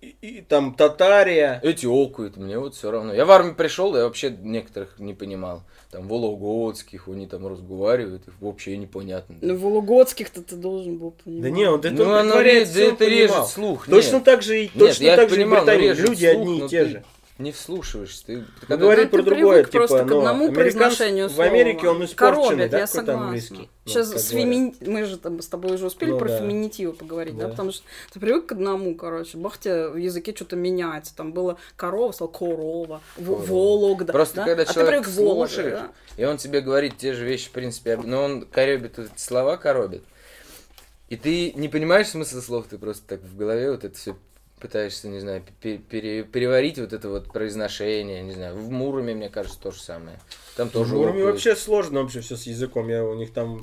[SPEAKER 3] и, и там Татария.
[SPEAKER 2] эти окуют, мне вот все равно. Я в армию пришел, я вообще некоторых не понимал. Там вологодских, они там разговаривают, их вообще непонятно.
[SPEAKER 4] Ну, Вологодских-то ты должен был
[SPEAKER 2] Ну,
[SPEAKER 4] понимать.
[SPEAKER 3] Да не, вот это он
[SPEAKER 2] оно
[SPEAKER 3] притворяется,
[SPEAKER 2] режет-
[SPEAKER 3] он
[SPEAKER 2] это режет
[SPEAKER 3] понимал.
[SPEAKER 2] слух.
[SPEAKER 3] Точно
[SPEAKER 2] нет.
[SPEAKER 3] так же и
[SPEAKER 2] Нет,
[SPEAKER 3] точно
[SPEAKER 2] я
[SPEAKER 3] так же и в
[SPEAKER 2] понимал, но
[SPEAKER 3] Британии.
[SPEAKER 2] режет
[SPEAKER 3] Люди
[SPEAKER 2] слух,
[SPEAKER 3] одни
[SPEAKER 2] но
[SPEAKER 3] и те
[SPEAKER 2] ты-
[SPEAKER 3] же.
[SPEAKER 2] не вслушиваешься. Ты, ты
[SPEAKER 3] Ну,
[SPEAKER 2] когда-
[SPEAKER 3] говорит
[SPEAKER 4] ты
[SPEAKER 3] про другое,
[SPEAKER 4] привык просто
[SPEAKER 3] типа,
[SPEAKER 4] к
[SPEAKER 3] ну,
[SPEAKER 4] одному
[SPEAKER 3] американс-
[SPEAKER 4] произношению
[SPEAKER 3] В
[SPEAKER 4] слова.
[SPEAKER 3] Америке он испорченный,
[SPEAKER 4] Коробит,
[SPEAKER 3] да, какой-то
[SPEAKER 4] я согласна.
[SPEAKER 3] английский. Ну,
[SPEAKER 4] Сейчас
[SPEAKER 3] как
[SPEAKER 4] с
[SPEAKER 3] говорят.
[SPEAKER 4] фемини- Мы же там с тобой уже успели
[SPEAKER 3] Ну
[SPEAKER 4] про
[SPEAKER 3] да.
[SPEAKER 4] феминитивы поговорить, да.
[SPEAKER 3] Да.
[SPEAKER 4] потому что ты привык к одному, короче. Бах тебе в языке что-то меняется. Там было корова, стало корова, в-
[SPEAKER 2] Корова.
[SPEAKER 4] Вологда.
[SPEAKER 2] Просто
[SPEAKER 4] да?
[SPEAKER 2] когда
[SPEAKER 4] а ты
[SPEAKER 2] человек
[SPEAKER 4] привык к Вологде,
[SPEAKER 2] слушаешь,
[SPEAKER 4] да.
[SPEAKER 2] И он тебе говорит те же вещи, в принципе, об- но он коробит эти слова, коробит. И ты не понимаешь смысл слов, ты просто так в голове вот это все пытаешься, не знаю, пе- пере- переварить вот это вот произношение, не знаю. В Муроме, мне кажется, то же самое. Там
[SPEAKER 3] Ну,
[SPEAKER 2] тоже
[SPEAKER 3] Муроме
[SPEAKER 2] урок
[SPEAKER 3] вообще сложно вообще все с языком. Я у них там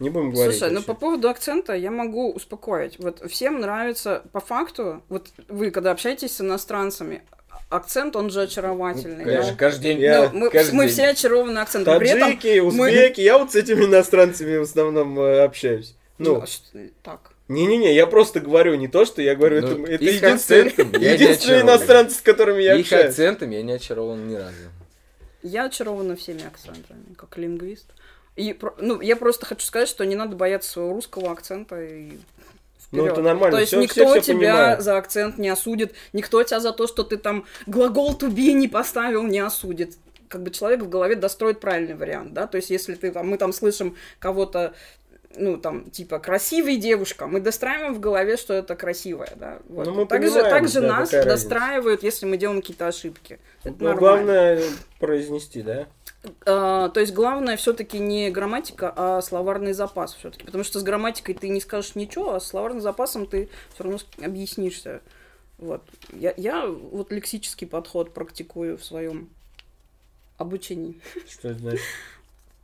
[SPEAKER 3] не будем говорить.
[SPEAKER 4] Слушай, ну
[SPEAKER 3] вообще.
[SPEAKER 4] по поводу акцента я могу успокоить. Вот всем нравится, по факту, вот вы, когда общаетесь с иностранцами, акцент, он же
[SPEAKER 2] есть. Ну,
[SPEAKER 4] очаровательный. да?
[SPEAKER 2] Конечно, каждый день.
[SPEAKER 3] Я-
[SPEAKER 4] Ну, мы,
[SPEAKER 2] каждый
[SPEAKER 4] мы
[SPEAKER 2] день.
[SPEAKER 4] все очарованы акцентом. При этом
[SPEAKER 3] Таджики, узбеки, я вот с этими иностранцами в основном э, общаюсь. Ну,
[SPEAKER 4] Ну, что- так.
[SPEAKER 3] не-не-не, я просто говорю не то, что я говорю, это,
[SPEAKER 2] Ну,
[SPEAKER 3] это
[SPEAKER 2] их
[SPEAKER 3] единственные,
[SPEAKER 2] акцентом я не
[SPEAKER 3] единственные
[SPEAKER 2] очарован.
[SPEAKER 3] иностранцы, с которыми я
[SPEAKER 2] Их
[SPEAKER 3] общаюсь.
[SPEAKER 2] акцентом я не очарован ни разу.
[SPEAKER 4] Я очарована всеми акцентами, как лингвист. И, про- ну, я просто хочу сказать, что не надо бояться своего русского акцента и
[SPEAKER 3] Ну,
[SPEAKER 4] вперёд.
[SPEAKER 3] это нормально,
[SPEAKER 4] То есть
[SPEAKER 3] всё-
[SPEAKER 4] никто
[SPEAKER 3] всё- всё
[SPEAKER 4] тебя
[SPEAKER 3] понимают.
[SPEAKER 4] за акцент не осудит, никто тебя за то, что ты там глагол to be не поставил, не осудит. Как бы человек в голове достроит правильный вариант, да, то есть если ты там, мы там слышим кого-то, ну, там, типа, красивая девушка, мы достраиваем в голове, что это красивая, да. Вот.
[SPEAKER 3] Ну, мы
[SPEAKER 4] так, же,
[SPEAKER 3] понимаем,
[SPEAKER 4] так же
[SPEAKER 3] да,
[SPEAKER 4] нас
[SPEAKER 3] какая разница.
[SPEAKER 4] достраивают, если мы делаем какие-то ошибки. Это
[SPEAKER 3] Ну,
[SPEAKER 4] нормально.
[SPEAKER 3] главное произнести, да?
[SPEAKER 4] А, то есть главное все-таки не грамматика, а словарный запас все-таки. Потому что с грамматикой ты не скажешь ничего, а с словарным запасом ты все равно с- объяснишься. Вот. Я, я вот лексический подход практикую в своем обучении.
[SPEAKER 3] Что это значит?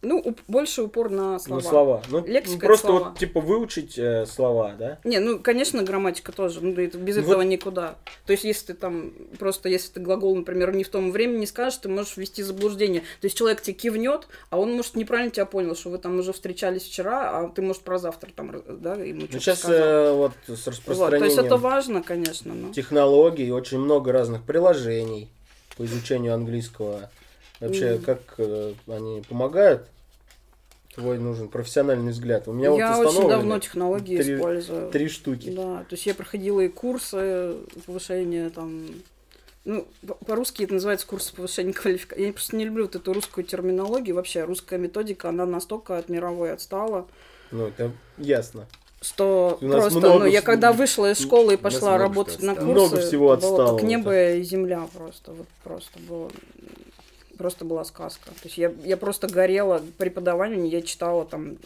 [SPEAKER 4] Ну, уп- больше упор на слова.
[SPEAKER 3] Ну, слова. Ну,
[SPEAKER 4] Лексика это
[SPEAKER 3] просто
[SPEAKER 4] слова.
[SPEAKER 3] вот, типа, выучить э, слова, да?
[SPEAKER 4] Не, ну, конечно, грамматика тоже. Ну, да это- без
[SPEAKER 3] Ну,
[SPEAKER 4] этого
[SPEAKER 3] вот-
[SPEAKER 4] никуда. То есть, если ты там, просто если ты глагол, например, не в том времени скажешь, ты можешь ввести заблуждение. То есть, человек тебе кивнет, а он, может, неправильно тебя понял, что вы там уже встречались вчера, а ты, может, про завтра там, раз- да, ему
[SPEAKER 3] Ну,
[SPEAKER 4] что-то
[SPEAKER 3] сейчас
[SPEAKER 4] сказал.
[SPEAKER 3] э, вот с
[SPEAKER 4] Вот, то есть,
[SPEAKER 3] распространением
[SPEAKER 4] это важно, конечно, но...
[SPEAKER 3] технологий, очень много разных приложений по изучению английского. Вообще,
[SPEAKER 4] Мгм.
[SPEAKER 3] как э, они помогают? Твой нужен профессиональный взгляд. У меня
[SPEAKER 4] Я
[SPEAKER 3] вот
[SPEAKER 4] очень
[SPEAKER 3] установлено
[SPEAKER 4] давно технологии
[SPEAKER 3] три-
[SPEAKER 4] использую.
[SPEAKER 3] три штуки.
[SPEAKER 4] Да, то есть я проходила и курсы повышения там... Ну, по- по-русски это называется курсы повышения квалификации. Я просто не люблю вот эту русскую терминологию. Вообще русская методика, она настолько от мировой отстала,
[SPEAKER 3] Ну, это ясно.
[SPEAKER 4] что
[SPEAKER 3] У нас
[SPEAKER 4] просто...
[SPEAKER 3] много
[SPEAKER 4] Ну, я
[SPEAKER 3] вс-
[SPEAKER 4] когда вышла из школы и
[SPEAKER 2] У нас
[SPEAKER 4] пошла
[SPEAKER 2] много
[SPEAKER 4] работать
[SPEAKER 2] что
[SPEAKER 4] на курсы...
[SPEAKER 2] отстало.
[SPEAKER 3] Много всего
[SPEAKER 4] это было
[SPEAKER 3] отстало,
[SPEAKER 4] Как
[SPEAKER 3] да.
[SPEAKER 4] небо и земля просто. Вот просто было... Просто была сказка. То есть я, я просто горела преподаванием, я читала там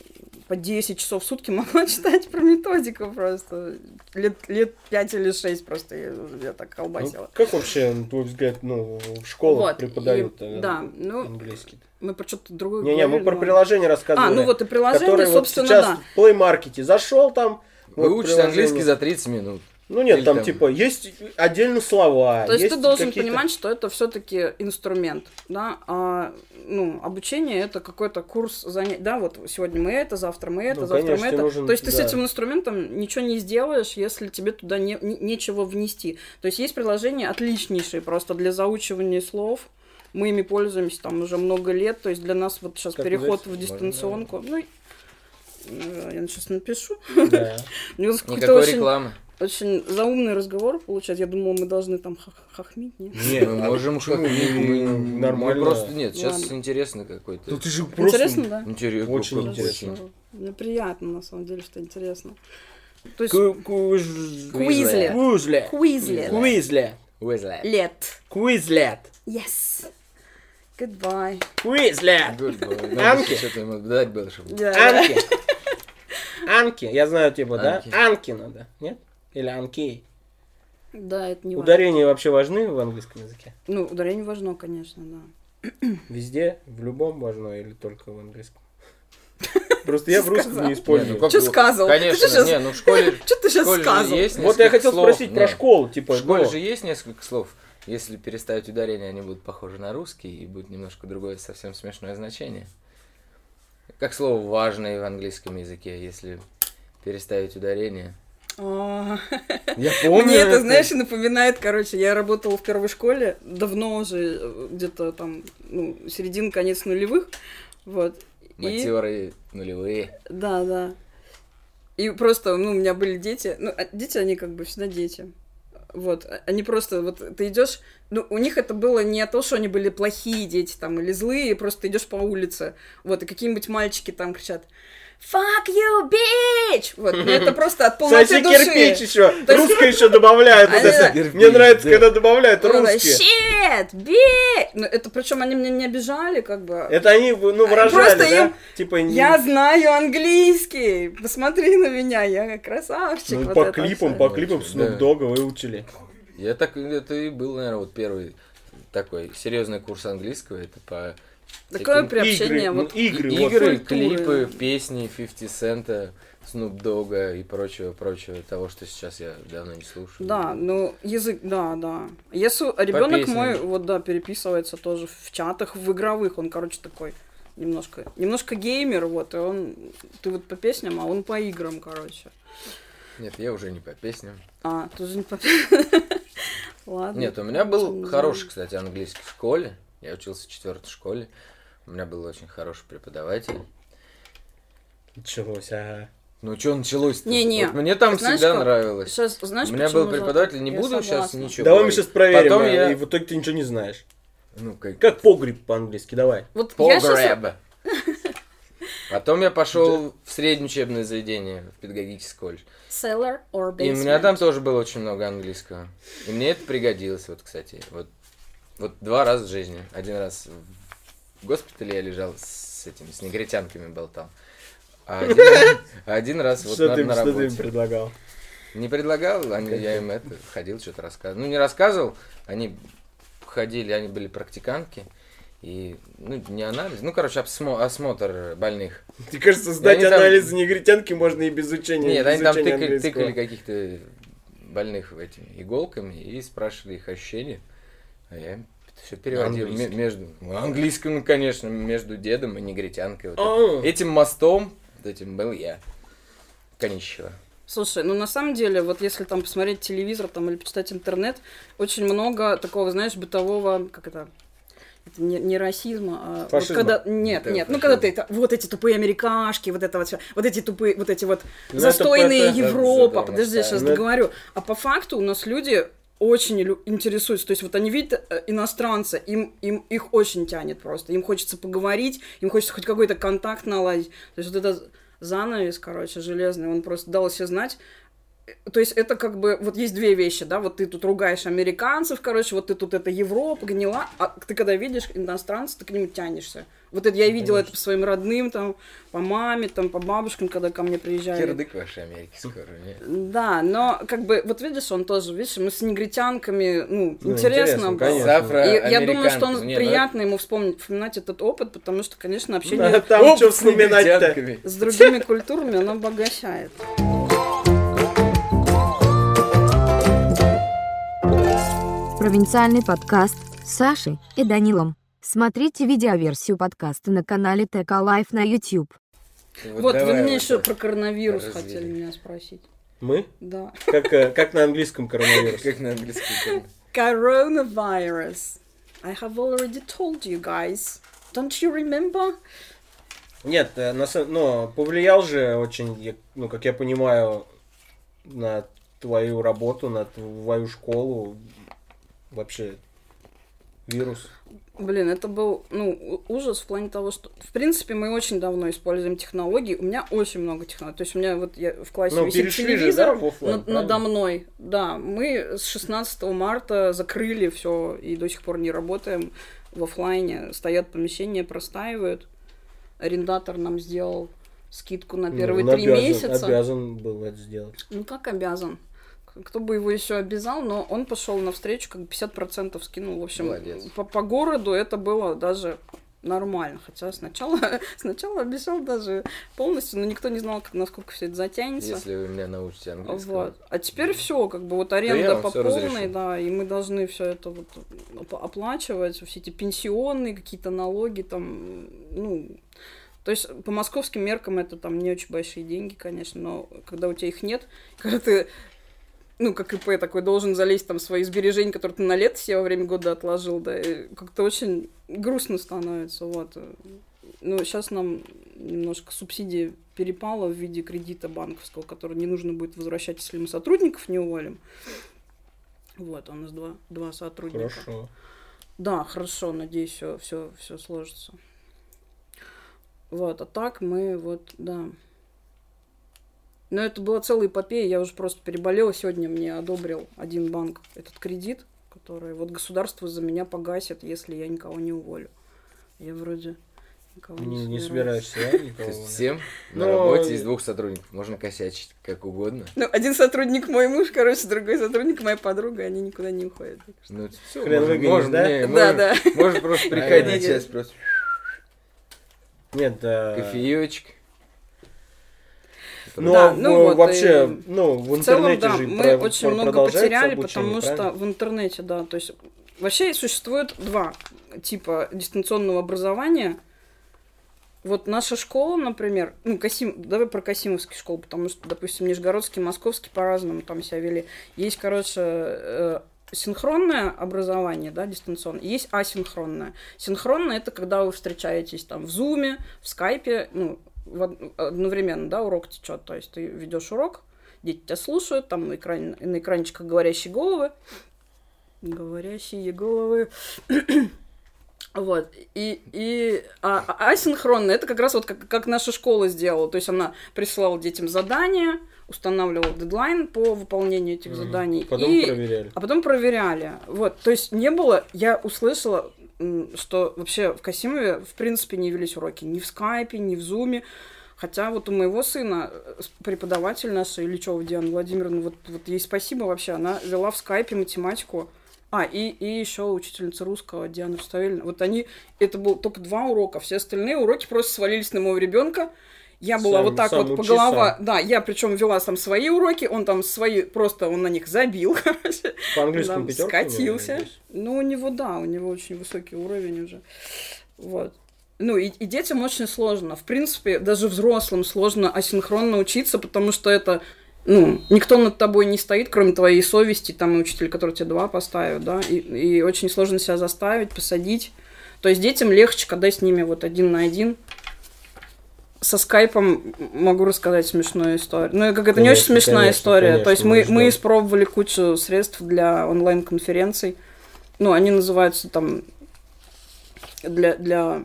[SPEAKER 4] по 10 часов в сутки (laughs) могла читать про методику просто. Лет, лет 5 или 6 просто я, я так
[SPEAKER 3] Ну,
[SPEAKER 4] колбасила.
[SPEAKER 3] как вообще, на твой взгляд, ну, в школах
[SPEAKER 4] Вот,
[SPEAKER 3] преподают
[SPEAKER 4] и-
[SPEAKER 3] э,
[SPEAKER 4] да, ну,
[SPEAKER 3] английский?
[SPEAKER 4] мы про что-то другое
[SPEAKER 3] Не-не, мы
[SPEAKER 4] говорили,
[SPEAKER 3] про
[SPEAKER 4] но-
[SPEAKER 3] приложение рассказывали.
[SPEAKER 4] А, ну вот и приложение,
[SPEAKER 3] которые вот
[SPEAKER 4] собственно,
[SPEAKER 3] сейчас
[SPEAKER 4] да.
[SPEAKER 3] в Play Market зашел там. вот
[SPEAKER 2] Выучишь
[SPEAKER 3] приложение.
[SPEAKER 2] английский за 30 минут.
[SPEAKER 3] Ну нет,
[SPEAKER 2] Или
[SPEAKER 3] там,
[SPEAKER 2] там-
[SPEAKER 3] типа есть отдельно слова.
[SPEAKER 4] То есть, ты должен
[SPEAKER 3] А какие-то-
[SPEAKER 4] понимать, что это все-таки инструмент, да, а, ну, обучение это какой-то курс занятий, да, вот сегодня мы это, завтра мы это,
[SPEAKER 3] Ну,
[SPEAKER 4] завтра
[SPEAKER 3] конечно,
[SPEAKER 4] мы это.
[SPEAKER 3] нужен-
[SPEAKER 4] То есть ты с
[SPEAKER 3] да.
[SPEAKER 4] этим инструментом ничего не сделаешь, если тебе туда не- не- нечего внести. То есть есть приложения отличнейшие просто для заучивания слов. Мы ими пользуемся там уже много лет. То есть для нас вот сейчас
[SPEAKER 3] Как
[SPEAKER 4] переход в
[SPEAKER 3] называется?
[SPEAKER 4] дистанционку. Ну, э, я сейчас напишу.
[SPEAKER 3] Да.
[SPEAKER 4] У нас какой-то
[SPEAKER 2] Никакой
[SPEAKER 4] очень-
[SPEAKER 2] рекламы.
[SPEAKER 4] очень заумный разговор получается. Я думала, мы должны там хах- хахмить, нет?
[SPEAKER 3] Не,
[SPEAKER 2] мы
[SPEAKER 3] а
[SPEAKER 2] можем
[SPEAKER 3] почему
[SPEAKER 2] как
[SPEAKER 3] не-
[SPEAKER 2] мы
[SPEAKER 3] нормально?
[SPEAKER 2] просто нет, сейчас
[SPEAKER 4] Ладно.
[SPEAKER 2] интересно какой-то.
[SPEAKER 3] Ну ты же просто...
[SPEAKER 4] Интересно, да?
[SPEAKER 2] Интересно.
[SPEAKER 3] Очень
[SPEAKER 2] какой-то
[SPEAKER 3] интересно.
[SPEAKER 2] очень.
[SPEAKER 4] Хорошо. Мне приятно, на самом деле, что интересно. То есть
[SPEAKER 3] Ку- куж-
[SPEAKER 4] Куизлет.
[SPEAKER 3] Куизлет.
[SPEAKER 4] Куизлет.
[SPEAKER 3] Куизлет.
[SPEAKER 2] Wesley.
[SPEAKER 4] Лет.
[SPEAKER 3] Куизлет.
[SPEAKER 4] Yes. Goodbye.
[SPEAKER 3] Куизлет.
[SPEAKER 2] Goodbye. Надо
[SPEAKER 3] Анки.
[SPEAKER 2] же что-то ему дать было, чтобы...
[SPEAKER 4] Да.
[SPEAKER 3] Анки. Анки. Я знаю, типа, да?
[SPEAKER 2] Анки.
[SPEAKER 3] Анки надо. Нет? Или анки.
[SPEAKER 4] Да, это не важно.
[SPEAKER 3] Ударения вообще важны в английском языке?
[SPEAKER 4] Ну, ударение важно, конечно, да.
[SPEAKER 3] Везде? В любом важно или только в английском? Просто я в русском
[SPEAKER 2] Не, ну
[SPEAKER 3] не
[SPEAKER 4] Сказал.
[SPEAKER 3] использую.
[SPEAKER 2] как
[SPEAKER 4] Чё
[SPEAKER 2] бы-
[SPEAKER 4] сказал?
[SPEAKER 2] Конечно,
[SPEAKER 4] Ты щас-
[SPEAKER 2] не, ну в
[SPEAKER 4] (laughs)
[SPEAKER 2] школе...
[SPEAKER 4] Что ты сейчас
[SPEAKER 2] в школе же
[SPEAKER 4] сказал?
[SPEAKER 2] есть
[SPEAKER 3] Вот я
[SPEAKER 2] несколько
[SPEAKER 3] хотел
[SPEAKER 2] слов,
[SPEAKER 3] спросить про
[SPEAKER 2] не.
[SPEAKER 3] школу, типа,
[SPEAKER 2] В школе
[SPEAKER 3] но-
[SPEAKER 2] же есть несколько слов. Если переставить ударение, они будут похожи на русский и будет немножко другое, совсем смешное значение. Как слово «важное» в английском языке, если переставить ударение.
[SPEAKER 4] А.
[SPEAKER 3] Я
[SPEAKER 4] Мне это, знаешь, напоминает, короче, я работала в первой школе, давно уже, э, где-то там, ну, середина, конец нулевых, вот. И-
[SPEAKER 2] Матеры нулевые.
[SPEAKER 4] Да, да. И просто, ну, у меня были дети. Ну, а дети, они как бы всегда дети. Вот, а- они просто, вот ты идешь, ну, у них это было не то, что они были плохие дети там или злые, просто идешь по улице, вот, и какие-нибудь мальчики там кричат, Fuck you, bitch! Вот, ну, это просто от полноты
[SPEAKER 3] Соси
[SPEAKER 4] души.
[SPEAKER 3] кирпич
[SPEAKER 4] (laughs)
[SPEAKER 3] еще.
[SPEAKER 4] То есть-
[SPEAKER 3] Русское еще добавляют. вот
[SPEAKER 4] Они-
[SPEAKER 3] это.
[SPEAKER 2] Кирпич,
[SPEAKER 3] Мне нравится,
[SPEAKER 2] да.
[SPEAKER 3] когда добавляют
[SPEAKER 4] Ну, да,
[SPEAKER 3] русские.
[SPEAKER 4] Shit, bitch! Ну, это причем они меня не обижали, как бы.
[SPEAKER 3] Это они, ну, выражали,
[SPEAKER 4] Просто
[SPEAKER 3] да?
[SPEAKER 4] им-
[SPEAKER 3] Типа,
[SPEAKER 4] Я
[SPEAKER 3] не-
[SPEAKER 4] знаю английский. Посмотри на меня, я красавчик.
[SPEAKER 3] ну,
[SPEAKER 4] вот
[SPEAKER 3] по
[SPEAKER 4] это
[SPEAKER 3] клипам,
[SPEAKER 4] всё.
[SPEAKER 3] по клипам
[SPEAKER 2] Да.
[SPEAKER 3] Snoop Dogg выучили.
[SPEAKER 2] Я так, это и был, наверное, вот первый такой серьезный курс английского. Это по
[SPEAKER 4] Такое
[SPEAKER 2] Таким
[SPEAKER 4] приобщение.
[SPEAKER 3] Игры, ну,
[SPEAKER 4] вот.
[SPEAKER 3] игры,
[SPEAKER 2] И-
[SPEAKER 3] вот.
[SPEAKER 2] игры,
[SPEAKER 4] культуры.
[SPEAKER 2] клипы, песни 50 Цента, Snoop Dogg и прочего, прочего, того, что сейчас я давно не слушаю.
[SPEAKER 4] Да, ну язык, да, да. Если ребенок
[SPEAKER 2] песням.
[SPEAKER 4] мой, вот да, переписывается тоже в чатах, в игровых, он, короче, такой немножко, немножко геймер, вот, и он, ты вот по песням, а он по играм, короче.
[SPEAKER 2] Нет, я уже не по песням.
[SPEAKER 4] А, ты же не по... (laughs) Ладно.
[SPEAKER 2] Нет, у меня был
[SPEAKER 4] А Не
[SPEAKER 2] хороший,
[SPEAKER 4] знаю.
[SPEAKER 2] кстати, английский в школе. Я учился в четвертой школе. У меня был очень хороший преподаватель.
[SPEAKER 3] Началось, ага.
[SPEAKER 2] Ну, что началось-то?
[SPEAKER 4] Не-не.
[SPEAKER 2] Вот мне там
[SPEAKER 4] Ты знаешь,
[SPEAKER 2] всегда
[SPEAKER 4] как?
[SPEAKER 2] нравилось.
[SPEAKER 4] Сейчас, знаешь,
[SPEAKER 2] у меня
[SPEAKER 4] почему
[SPEAKER 2] был
[SPEAKER 4] я
[SPEAKER 2] преподаватель, не
[SPEAKER 4] я
[SPEAKER 2] буду сейчас
[SPEAKER 4] согласна.
[SPEAKER 2] ничего
[SPEAKER 3] Давай мы
[SPEAKER 2] говорить.
[SPEAKER 3] сейчас проверим,
[SPEAKER 2] Потом
[SPEAKER 3] а,
[SPEAKER 2] я...
[SPEAKER 3] и в итоге ты ничего не знаешь.
[SPEAKER 2] Ну, как...
[SPEAKER 3] Как погреб по-английски, давай.
[SPEAKER 4] Вот
[SPEAKER 2] Paul
[SPEAKER 4] я
[SPEAKER 3] (laughs)
[SPEAKER 4] щас-
[SPEAKER 2] Grab. Потом я пошел в среднее учебное заведение, в педагогический колледж.
[SPEAKER 4] Cellar or
[SPEAKER 2] И у
[SPEAKER 4] basement.
[SPEAKER 2] меня там тоже было очень много английского. И мне это пригодилось, вот, кстати. Вот, вот два раза в жизни. Один раз в госпитале я лежал с этими, с негритянками болтал. А
[SPEAKER 3] (laughs)
[SPEAKER 2] один, а один раз вот
[SPEAKER 3] Что
[SPEAKER 2] на,
[SPEAKER 3] ты,
[SPEAKER 2] на
[SPEAKER 3] что ты им
[SPEAKER 2] работе. (laughs)
[SPEAKER 3] предлагал?
[SPEAKER 2] Не предлагал, они, я им это, ходил, что-то рассказывал. Ну, не рассказывал, они ходили, они были практиканки. И, ну, не анализ, ну, короче, обсмо- осмотр больных.
[SPEAKER 3] Мне кажется, сдать
[SPEAKER 2] они там-
[SPEAKER 3] анализ негритянки можно и без учения.
[SPEAKER 2] Нет,
[SPEAKER 3] без
[SPEAKER 2] они там
[SPEAKER 3] изучения
[SPEAKER 2] тыкали,
[SPEAKER 3] английского.
[SPEAKER 2] тыкали каких-то больных этими иголками и спрашивали их ощущения. А я все переводил ме-
[SPEAKER 3] английский.
[SPEAKER 2] между ну, английским, ну, конечно, между дедом и негритянкой. вот
[SPEAKER 3] А.
[SPEAKER 2] это. Этим мостом, вот этим был я. Конищева.
[SPEAKER 4] Слушай, ну на самом деле, вот если там посмотреть телевизор там или почитать интернет, очень много такого, знаешь, бытового, как это, это не, не расизма, а вот
[SPEAKER 3] Фашизма.
[SPEAKER 4] когда нет,
[SPEAKER 2] Это
[SPEAKER 4] нет, ну
[SPEAKER 2] фашизм.
[SPEAKER 4] когда ты это, вот эти тупые америкашки, вот это вот все, вот эти тупые, вот эти вот
[SPEAKER 3] Ну, это
[SPEAKER 4] застойные
[SPEAKER 3] ПТ,
[SPEAKER 4] Европа,
[SPEAKER 2] задорно
[SPEAKER 4] подожди, я сейчас
[SPEAKER 3] ставят.
[SPEAKER 4] договорю, а по факту у нас люди очень лю- интересуются, то есть вот они видят э, иностранца, им, им их очень тянет просто, им хочется поговорить, им хочется хоть какой-то контакт наладить, то есть вот это занавес, короче, железный, он просто дал себе знать. Э, То есть это как бы, вот есть две вещи, да, вот ты тут ругаешь американцев, короче, вот ты тут это Европа гнила, а ты когда видишь иностранцев, ты к ним тянешься. Вот это я и видела это по своим родным, там, по маме, там, по бабушкам, когда ко мне приезжали.
[SPEAKER 2] Кирдык вашей Америки скоро, нет?
[SPEAKER 4] Да, но как бы, вот видишь, он тоже, видишь, мы с негритянками, ну,
[SPEAKER 3] Ну,
[SPEAKER 4] интересно,
[SPEAKER 3] интересно,
[SPEAKER 4] было.
[SPEAKER 3] конечно.
[SPEAKER 2] Сафроамериканки.
[SPEAKER 4] И я думаю, что он
[SPEAKER 2] Не, ну,
[SPEAKER 4] приятно ему вспомнить, вспоминать этот опыт, потому что, конечно, общение
[SPEAKER 3] А Там
[SPEAKER 2] Оп,
[SPEAKER 3] что
[SPEAKER 2] с
[SPEAKER 3] вспоминать-то?
[SPEAKER 2] негритянками.
[SPEAKER 4] с другими культурами оно обогащает.
[SPEAKER 1] Провинциальный подкаст с Сашей и Данилом. Смотрите видеоверсию подкаста на канале ТК Лайф на YouTube.
[SPEAKER 4] Вот, вы
[SPEAKER 2] давай
[SPEAKER 4] меня
[SPEAKER 2] вот
[SPEAKER 4] еще
[SPEAKER 2] так.
[SPEAKER 4] про коронавирус
[SPEAKER 2] развили.
[SPEAKER 4] хотели меня спросить.
[SPEAKER 3] Мы?
[SPEAKER 4] Да.
[SPEAKER 3] Как, э, как на английском коронавирус.
[SPEAKER 2] Как на английском?
[SPEAKER 4] Coronavirus. I have already told you guys. Don't you remember?
[SPEAKER 3] Нет, э, на са- ну, повлиял же очень, я- ну, как я понимаю, на твою работу, на твою школу, вообще вирус.
[SPEAKER 4] Блин, это был, ну, у- ужас в плане того, что, в принципе, мы очень давно используем технологии. У меня очень много технологий. То есть у меня вот я в классе
[SPEAKER 3] Ну,
[SPEAKER 4] висит
[SPEAKER 3] перешли же,
[SPEAKER 4] телевизор
[SPEAKER 3] да, в оффлайн,
[SPEAKER 4] над- надо
[SPEAKER 3] правильно?
[SPEAKER 4] мной. Да, мы с 16 марта закрыли все и до сих пор не работаем в оффлайне. Стоят помещения, простаивают. Арендатор нам сделал скидку на
[SPEAKER 3] Ну,
[SPEAKER 4] первые
[SPEAKER 3] он
[SPEAKER 4] три
[SPEAKER 3] обязан-
[SPEAKER 4] месяца.
[SPEAKER 3] Обязан был это сделать.
[SPEAKER 4] Ну как обязан? К- Кто бы его еще обязал, но он пошел навстречу, как бы 50% скинул. В общем,
[SPEAKER 2] Молодец.
[SPEAKER 4] по, по городу это было даже нормально. Хотя сначала, (laughs) сначала обещал даже полностью, но никто не знал, как, насколько все это затянется.
[SPEAKER 2] Если вы меня научите английскому.
[SPEAKER 4] Ну Вот. А теперь все, как бы вот
[SPEAKER 2] я
[SPEAKER 4] аренда
[SPEAKER 2] вам
[SPEAKER 4] по
[SPEAKER 2] всё
[SPEAKER 4] полной,
[SPEAKER 2] разрешу.
[SPEAKER 4] да, и мы должны все это вот оп- оплачивать, все эти пенсионные какие-то налоги там, ну, то есть по московским меркам это там не очень большие деньги, конечно, но когда у тебя их нет, (laughs) когда ты ну, как ИП такой, должен залезть там в свои сбережения, которые ты на лето себе во время года отложил, да, и как-то очень грустно становится, вот. Ну, сейчас нам немножко субсидия перепала в виде кредита банковского, который не нужно будет возвращать, если мы сотрудников не уволим. Вот, у нас два, два сотрудника.
[SPEAKER 3] Хорошо.
[SPEAKER 4] Да, хорошо, надеюсь, все, все, все сложится. Вот, а так мы вот, да. Но это была целая эпопея, я уже просто переболела. Сегодня мне одобрил один банк этот кредит, который вот государство за меня погасит, если я никого не уволю. Я вроде никого
[SPEAKER 3] Не,
[SPEAKER 4] не,
[SPEAKER 3] не
[SPEAKER 4] собираюсь.
[SPEAKER 3] собираешься, да,
[SPEAKER 2] То
[SPEAKER 3] никого?
[SPEAKER 2] есть всем на
[SPEAKER 3] Ну,
[SPEAKER 2] работе
[SPEAKER 3] и-
[SPEAKER 2] из двух сотрудников можно косячить как угодно.
[SPEAKER 4] Ну, один сотрудник мой муж, короче, другой сотрудник моя подруга, они никуда не уходят. так что-
[SPEAKER 2] Ну, все,
[SPEAKER 3] Хрен
[SPEAKER 2] можно,
[SPEAKER 3] выгонишь,
[SPEAKER 2] можно,
[SPEAKER 3] да?
[SPEAKER 2] не,
[SPEAKER 4] Да,
[SPEAKER 2] можно-
[SPEAKER 4] да.
[SPEAKER 2] можно просто
[SPEAKER 3] Правильно.
[SPEAKER 2] приходить Э, сейчас просто
[SPEAKER 3] Нет, да.
[SPEAKER 2] кофеечек.
[SPEAKER 3] Ну,
[SPEAKER 4] Да,
[SPEAKER 3] а в-
[SPEAKER 4] ну вот,
[SPEAKER 3] вообще,
[SPEAKER 4] и
[SPEAKER 3] ну, в
[SPEAKER 4] В целом,
[SPEAKER 3] интернете
[SPEAKER 4] да,
[SPEAKER 3] же
[SPEAKER 4] мы
[SPEAKER 3] про-
[SPEAKER 4] очень
[SPEAKER 3] про-
[SPEAKER 4] много
[SPEAKER 3] продолжается
[SPEAKER 4] потеряли,
[SPEAKER 3] обучение,
[SPEAKER 4] потому
[SPEAKER 3] правильно?
[SPEAKER 4] что в интернете, да, то есть вообще существует два типа дистанционного образования. Вот наша школа, например, ну, Касим, давай про Касимовские школы, потому что, допустим, Нижегородский, Московский по-разному там себя вели. Есть, короче, э, синхронное образование, да, дистанционное, и есть асинхронное. Синхронное – это когда вы встречаетесь там в Зуме, в Скайпе, ну, в од- одновременно, да, урок течет, то есть ты ведешь урок, дети тебя слушают, там на, экране, на экранчиках говорящие головы, говорящие головы, (clears throat) вот. И, и а, а- асинхронно это как раз вот как, как наша школа сделала. То есть она присылала детям задания, устанавливала дедлайн по выполнению этих
[SPEAKER 3] Мгм.
[SPEAKER 4] заданий.
[SPEAKER 3] Потом
[SPEAKER 4] и,
[SPEAKER 3] проверяли.
[SPEAKER 4] а потом проверяли. Вот. То есть не было... Я услышала, м, что вообще в Касимове, в принципе, не велись уроки ни в скайпе, ни в зуме. Хотя вот у моего сына э, с- преподаватель наша Ильичева Диана Владимировна, вот, вот ей спасибо вообще, она вела в скайпе математику. А, и, и еще учительница русского Диана Руставельна. Вот они, это был топ-2 урока, все остальные уроки просто свалились на моего ребенка. Я была
[SPEAKER 3] Сам-
[SPEAKER 4] вот так
[SPEAKER 3] сам
[SPEAKER 4] вот по
[SPEAKER 3] учи
[SPEAKER 4] голова.
[SPEAKER 3] сам.
[SPEAKER 4] Да, я причем вела сам свои уроки, он там свои, просто он на них забил, (laughs) короче.
[SPEAKER 3] По английскому
[SPEAKER 4] Да,
[SPEAKER 3] пятерку.
[SPEAKER 4] скатился. Ну, у него, да, у него очень высокий уровень уже. Вот. Ну, и, и детям очень сложно. В принципе, даже взрослым сложно асинхронно учиться, потому что это, ну, никто над тобой не стоит, кроме твоей совести, там, и учитель, который тебе два поставит, да, и, и очень сложно себя заставить, посадить. То есть детям легче, когда с ними вот один на один. Со скайпом могу рассказать смешную историю. Ну, как это не очень
[SPEAKER 3] Конечно,
[SPEAKER 4] смешная
[SPEAKER 3] конечно,
[SPEAKER 4] история. То есть
[SPEAKER 3] конечно,
[SPEAKER 4] мы,
[SPEAKER 3] мы ждем.
[SPEAKER 4] мы испробовали кучу средств для онлайн-конференций. Ну, они называются там для, для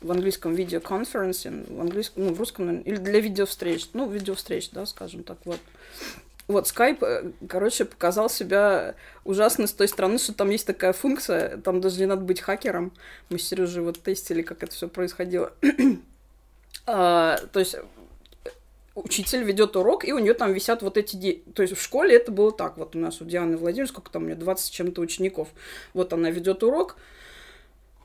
[SPEAKER 4] в английском videoconferencing, в английском, ну, в русском, наверно, или для видеовстреч, ну, видеовстреч, да, скажем так, вот. Вот, Skype, э, короче, показал себя ужасно с той стороны, что там есть такая функция, там даже не надо быть хакером. Мы с Сережей вот тестили, как это все происходило. (clears throat) А, то есть учитель ведет урок, и у нее там висят вот эти... де- То есть в школе это было так. Вот у нас у Дианы Владимировны, сколько там у нее, 20 с чем-то учеников. Вот она ведет урок,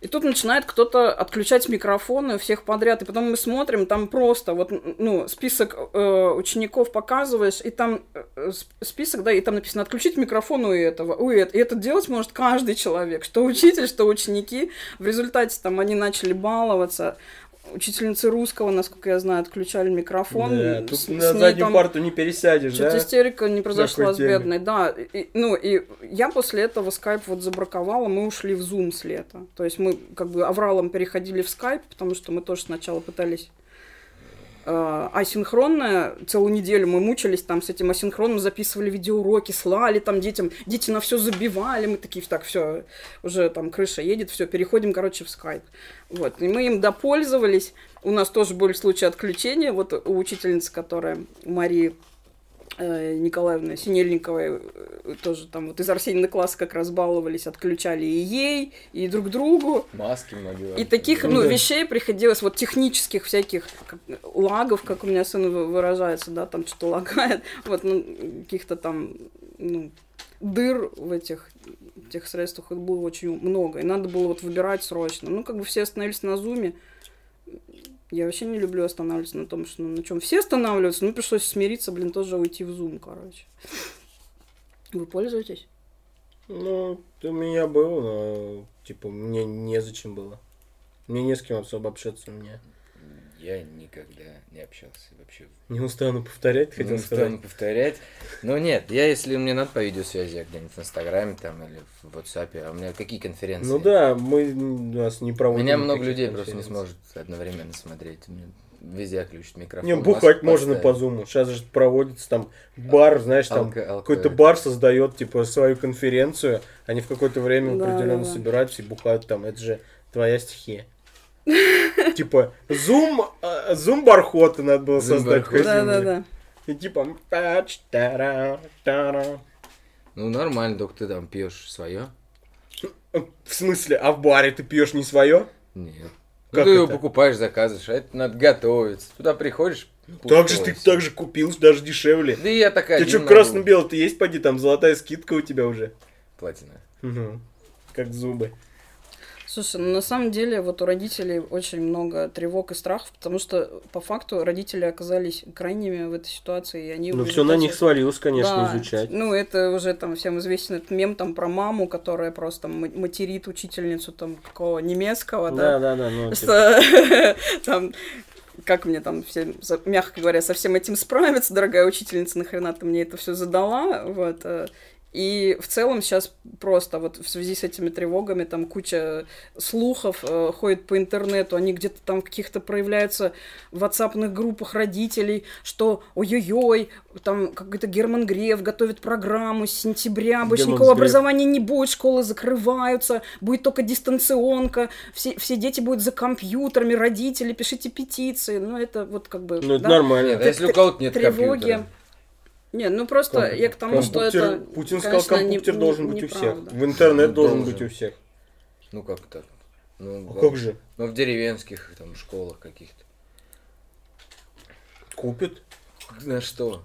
[SPEAKER 4] и тут начинает кто-то отключать микрофоны у всех подряд. И потом мы смотрим, там просто вот, ну, список э, учеников показываешь, и там э, сп- список, да, и там написано «отключить микрофон у этого, у этого». И это делать может каждый человек, что учитель, что ученики. В результате там они начали баловаться. Учительницы русского, насколько я знаю, отключали микрофон.
[SPEAKER 3] Да, тут
[SPEAKER 4] С- с
[SPEAKER 3] на
[SPEAKER 4] ней
[SPEAKER 3] заднюю
[SPEAKER 4] там-
[SPEAKER 3] парту не пересядешь,
[SPEAKER 4] что-то
[SPEAKER 3] да?
[SPEAKER 4] истерика не произошла
[SPEAKER 3] Такой
[SPEAKER 4] с
[SPEAKER 3] теме.
[SPEAKER 4] бедной, да. И- ну, и я после этого скайп вот забраковала, мы ушли в Zoom с лета. То есть мы как бы авралом переходили в скайп, потому что мы тоже сначала пытались э, асинхронное. Целую неделю мы мучились там с этим асинхронным, записывали видеоуроки, слали там детям. Дети на все забивали, мы такие, так, все, уже там крыша едет, все, переходим, короче, в скайп. Вот, и мы им допользовались. У нас тоже были случаи отключения. Вот у учительницы, которая Марии э, Николаевны Синельниковой э, тоже там вот из Арсеньевна класса как раз баловались, отключали и ей, и друг другу.
[SPEAKER 3] а
[SPEAKER 2] Маски многие.
[SPEAKER 4] И таких,
[SPEAKER 3] Ну
[SPEAKER 4] ну,
[SPEAKER 3] да.
[SPEAKER 4] вещей приходилось, вот технических всяких как, лагов, как у меня сын вы- выражается, да, там что-то лагает, (laughs) вот, ну, каких-то там, ну, дыр в этих тех средствах их было очень много, и надо было вот выбирать срочно. Ну, как бы все остановились на зуме, я вообще не люблю останавливаться на том, что ну, на чем все останавливаются, ну, пришлось смириться, блин, тоже уйти в зум, короче. Вы пользуетесь?
[SPEAKER 3] Ну, ты у меня был, но, типа, мне незачем было. Мне не с кем особо общаться, у меня.
[SPEAKER 2] Я никогда не общался вообще.
[SPEAKER 3] Не устану повторять,
[SPEAKER 2] Хотел
[SPEAKER 3] хотел
[SPEAKER 2] не
[SPEAKER 3] сказать.
[SPEAKER 2] стану Ну, повторять. Но нет, я если мне надо по видеосвязи, я где-нибудь в Инстаграме там или в WhatsApp, а у меня какие конференции?
[SPEAKER 3] Ну да, мы нас не проводим.
[SPEAKER 2] Меня много
[SPEAKER 3] никаких
[SPEAKER 2] людей просто не
[SPEAKER 3] конференций.
[SPEAKER 2] сможет одновременно смотреть. Мне везде отключат микрофон.
[SPEAKER 3] Не,
[SPEAKER 2] маску
[SPEAKER 3] бухать можно по
[SPEAKER 2] поставят.
[SPEAKER 3] зуму. Сейчас же проводится там бар, знаешь, там
[SPEAKER 2] Алко- алкоголь.
[SPEAKER 4] Э.
[SPEAKER 3] какой-то бар создает типа свою конференцию, они в какое-то время
[SPEAKER 4] Да,
[SPEAKER 3] определенно
[SPEAKER 4] да, да.
[SPEAKER 3] собираются и бухают там. Это же твоя
[SPEAKER 4] (laughs)
[SPEAKER 3] стихия. Типа зум, э, зум бархота надо было
[SPEAKER 2] Зум-бархота.
[SPEAKER 3] создать. какой-то.
[SPEAKER 4] Да-да-да.
[SPEAKER 3] И типа тач, тара, тара.
[SPEAKER 2] Ну нормально, только ты там пьешь свое.
[SPEAKER 3] Э, В смысле, а в баре ты пьешь не свое?
[SPEAKER 2] Нет.
[SPEAKER 3] Как
[SPEAKER 2] ну, ты его
[SPEAKER 3] это?
[SPEAKER 2] покупаешь, заказываешь, а это надо готовиться. Туда приходишь. ну,
[SPEAKER 3] Так же ты так же купил, даже дешевле.
[SPEAKER 2] Да и я такая.
[SPEAKER 3] Ты
[SPEAKER 2] один
[SPEAKER 3] что,
[SPEAKER 2] могу.
[SPEAKER 3] красно-белый-то есть, поди, там золотая скидка у тебя уже.
[SPEAKER 2] Платина.
[SPEAKER 3] Мгм. Как зубы.
[SPEAKER 4] Слушай, ну на самом деле вот у родителей очень много тревог и страхов, потому что по факту родители оказались крайними в этой ситуации, и они... в
[SPEAKER 3] Ну, все на
[SPEAKER 4] результате-
[SPEAKER 3] них свалилось, конечно,
[SPEAKER 4] Да.
[SPEAKER 3] изучать.
[SPEAKER 4] Ну, это уже там всем известен этот мем там про маму, которая просто м- материт учительницу там какого немецкого, да,
[SPEAKER 3] Да, да, да. ну, типа,
[SPEAKER 4] что (laughs) там как мне там все, за- мягко говоря, со всем этим справиться, дорогая учительница, нахрена ты мне это все задала, вот. э. И в целом сейчас просто вот в связи с этими тревогами там куча слухов э, ходит по интернету, они где-то там в каких-то проявляются в ватсапных группах родителей, что ой-ой-ой, там какой-то Герман Греф готовит программу с сентября, больше
[SPEAKER 3] Герман
[SPEAKER 4] никакого
[SPEAKER 3] Греф.
[SPEAKER 4] образования не будет, школы закрываются, будет только дистанционка, все, все дети будут за компьютерами, родители, пишите петиции, ну это вот как бы...
[SPEAKER 3] Ну, это
[SPEAKER 2] Нет,
[SPEAKER 4] да.
[SPEAKER 3] нормально.
[SPEAKER 2] а если у кого-то нет
[SPEAKER 4] тревоги.
[SPEAKER 2] компьютера?
[SPEAKER 4] Не, ну просто
[SPEAKER 3] Компьютер.
[SPEAKER 4] я к тому, что это...
[SPEAKER 3] Компьютер- Путин
[SPEAKER 4] конечно,
[SPEAKER 3] сказал, компьютер
[SPEAKER 4] не-
[SPEAKER 3] должен
[SPEAKER 4] не-
[SPEAKER 3] быть у всех.
[SPEAKER 4] неправда.
[SPEAKER 3] В интернет
[SPEAKER 2] Ну,
[SPEAKER 3] должен
[SPEAKER 2] должен.
[SPEAKER 3] быть у всех.
[SPEAKER 2] Ну как так? Ну,
[SPEAKER 3] А
[SPEAKER 2] ладно.
[SPEAKER 3] как же?
[SPEAKER 2] Ну в деревенских там школах каких-то. (laughs)
[SPEAKER 3] Купят,
[SPEAKER 2] На что?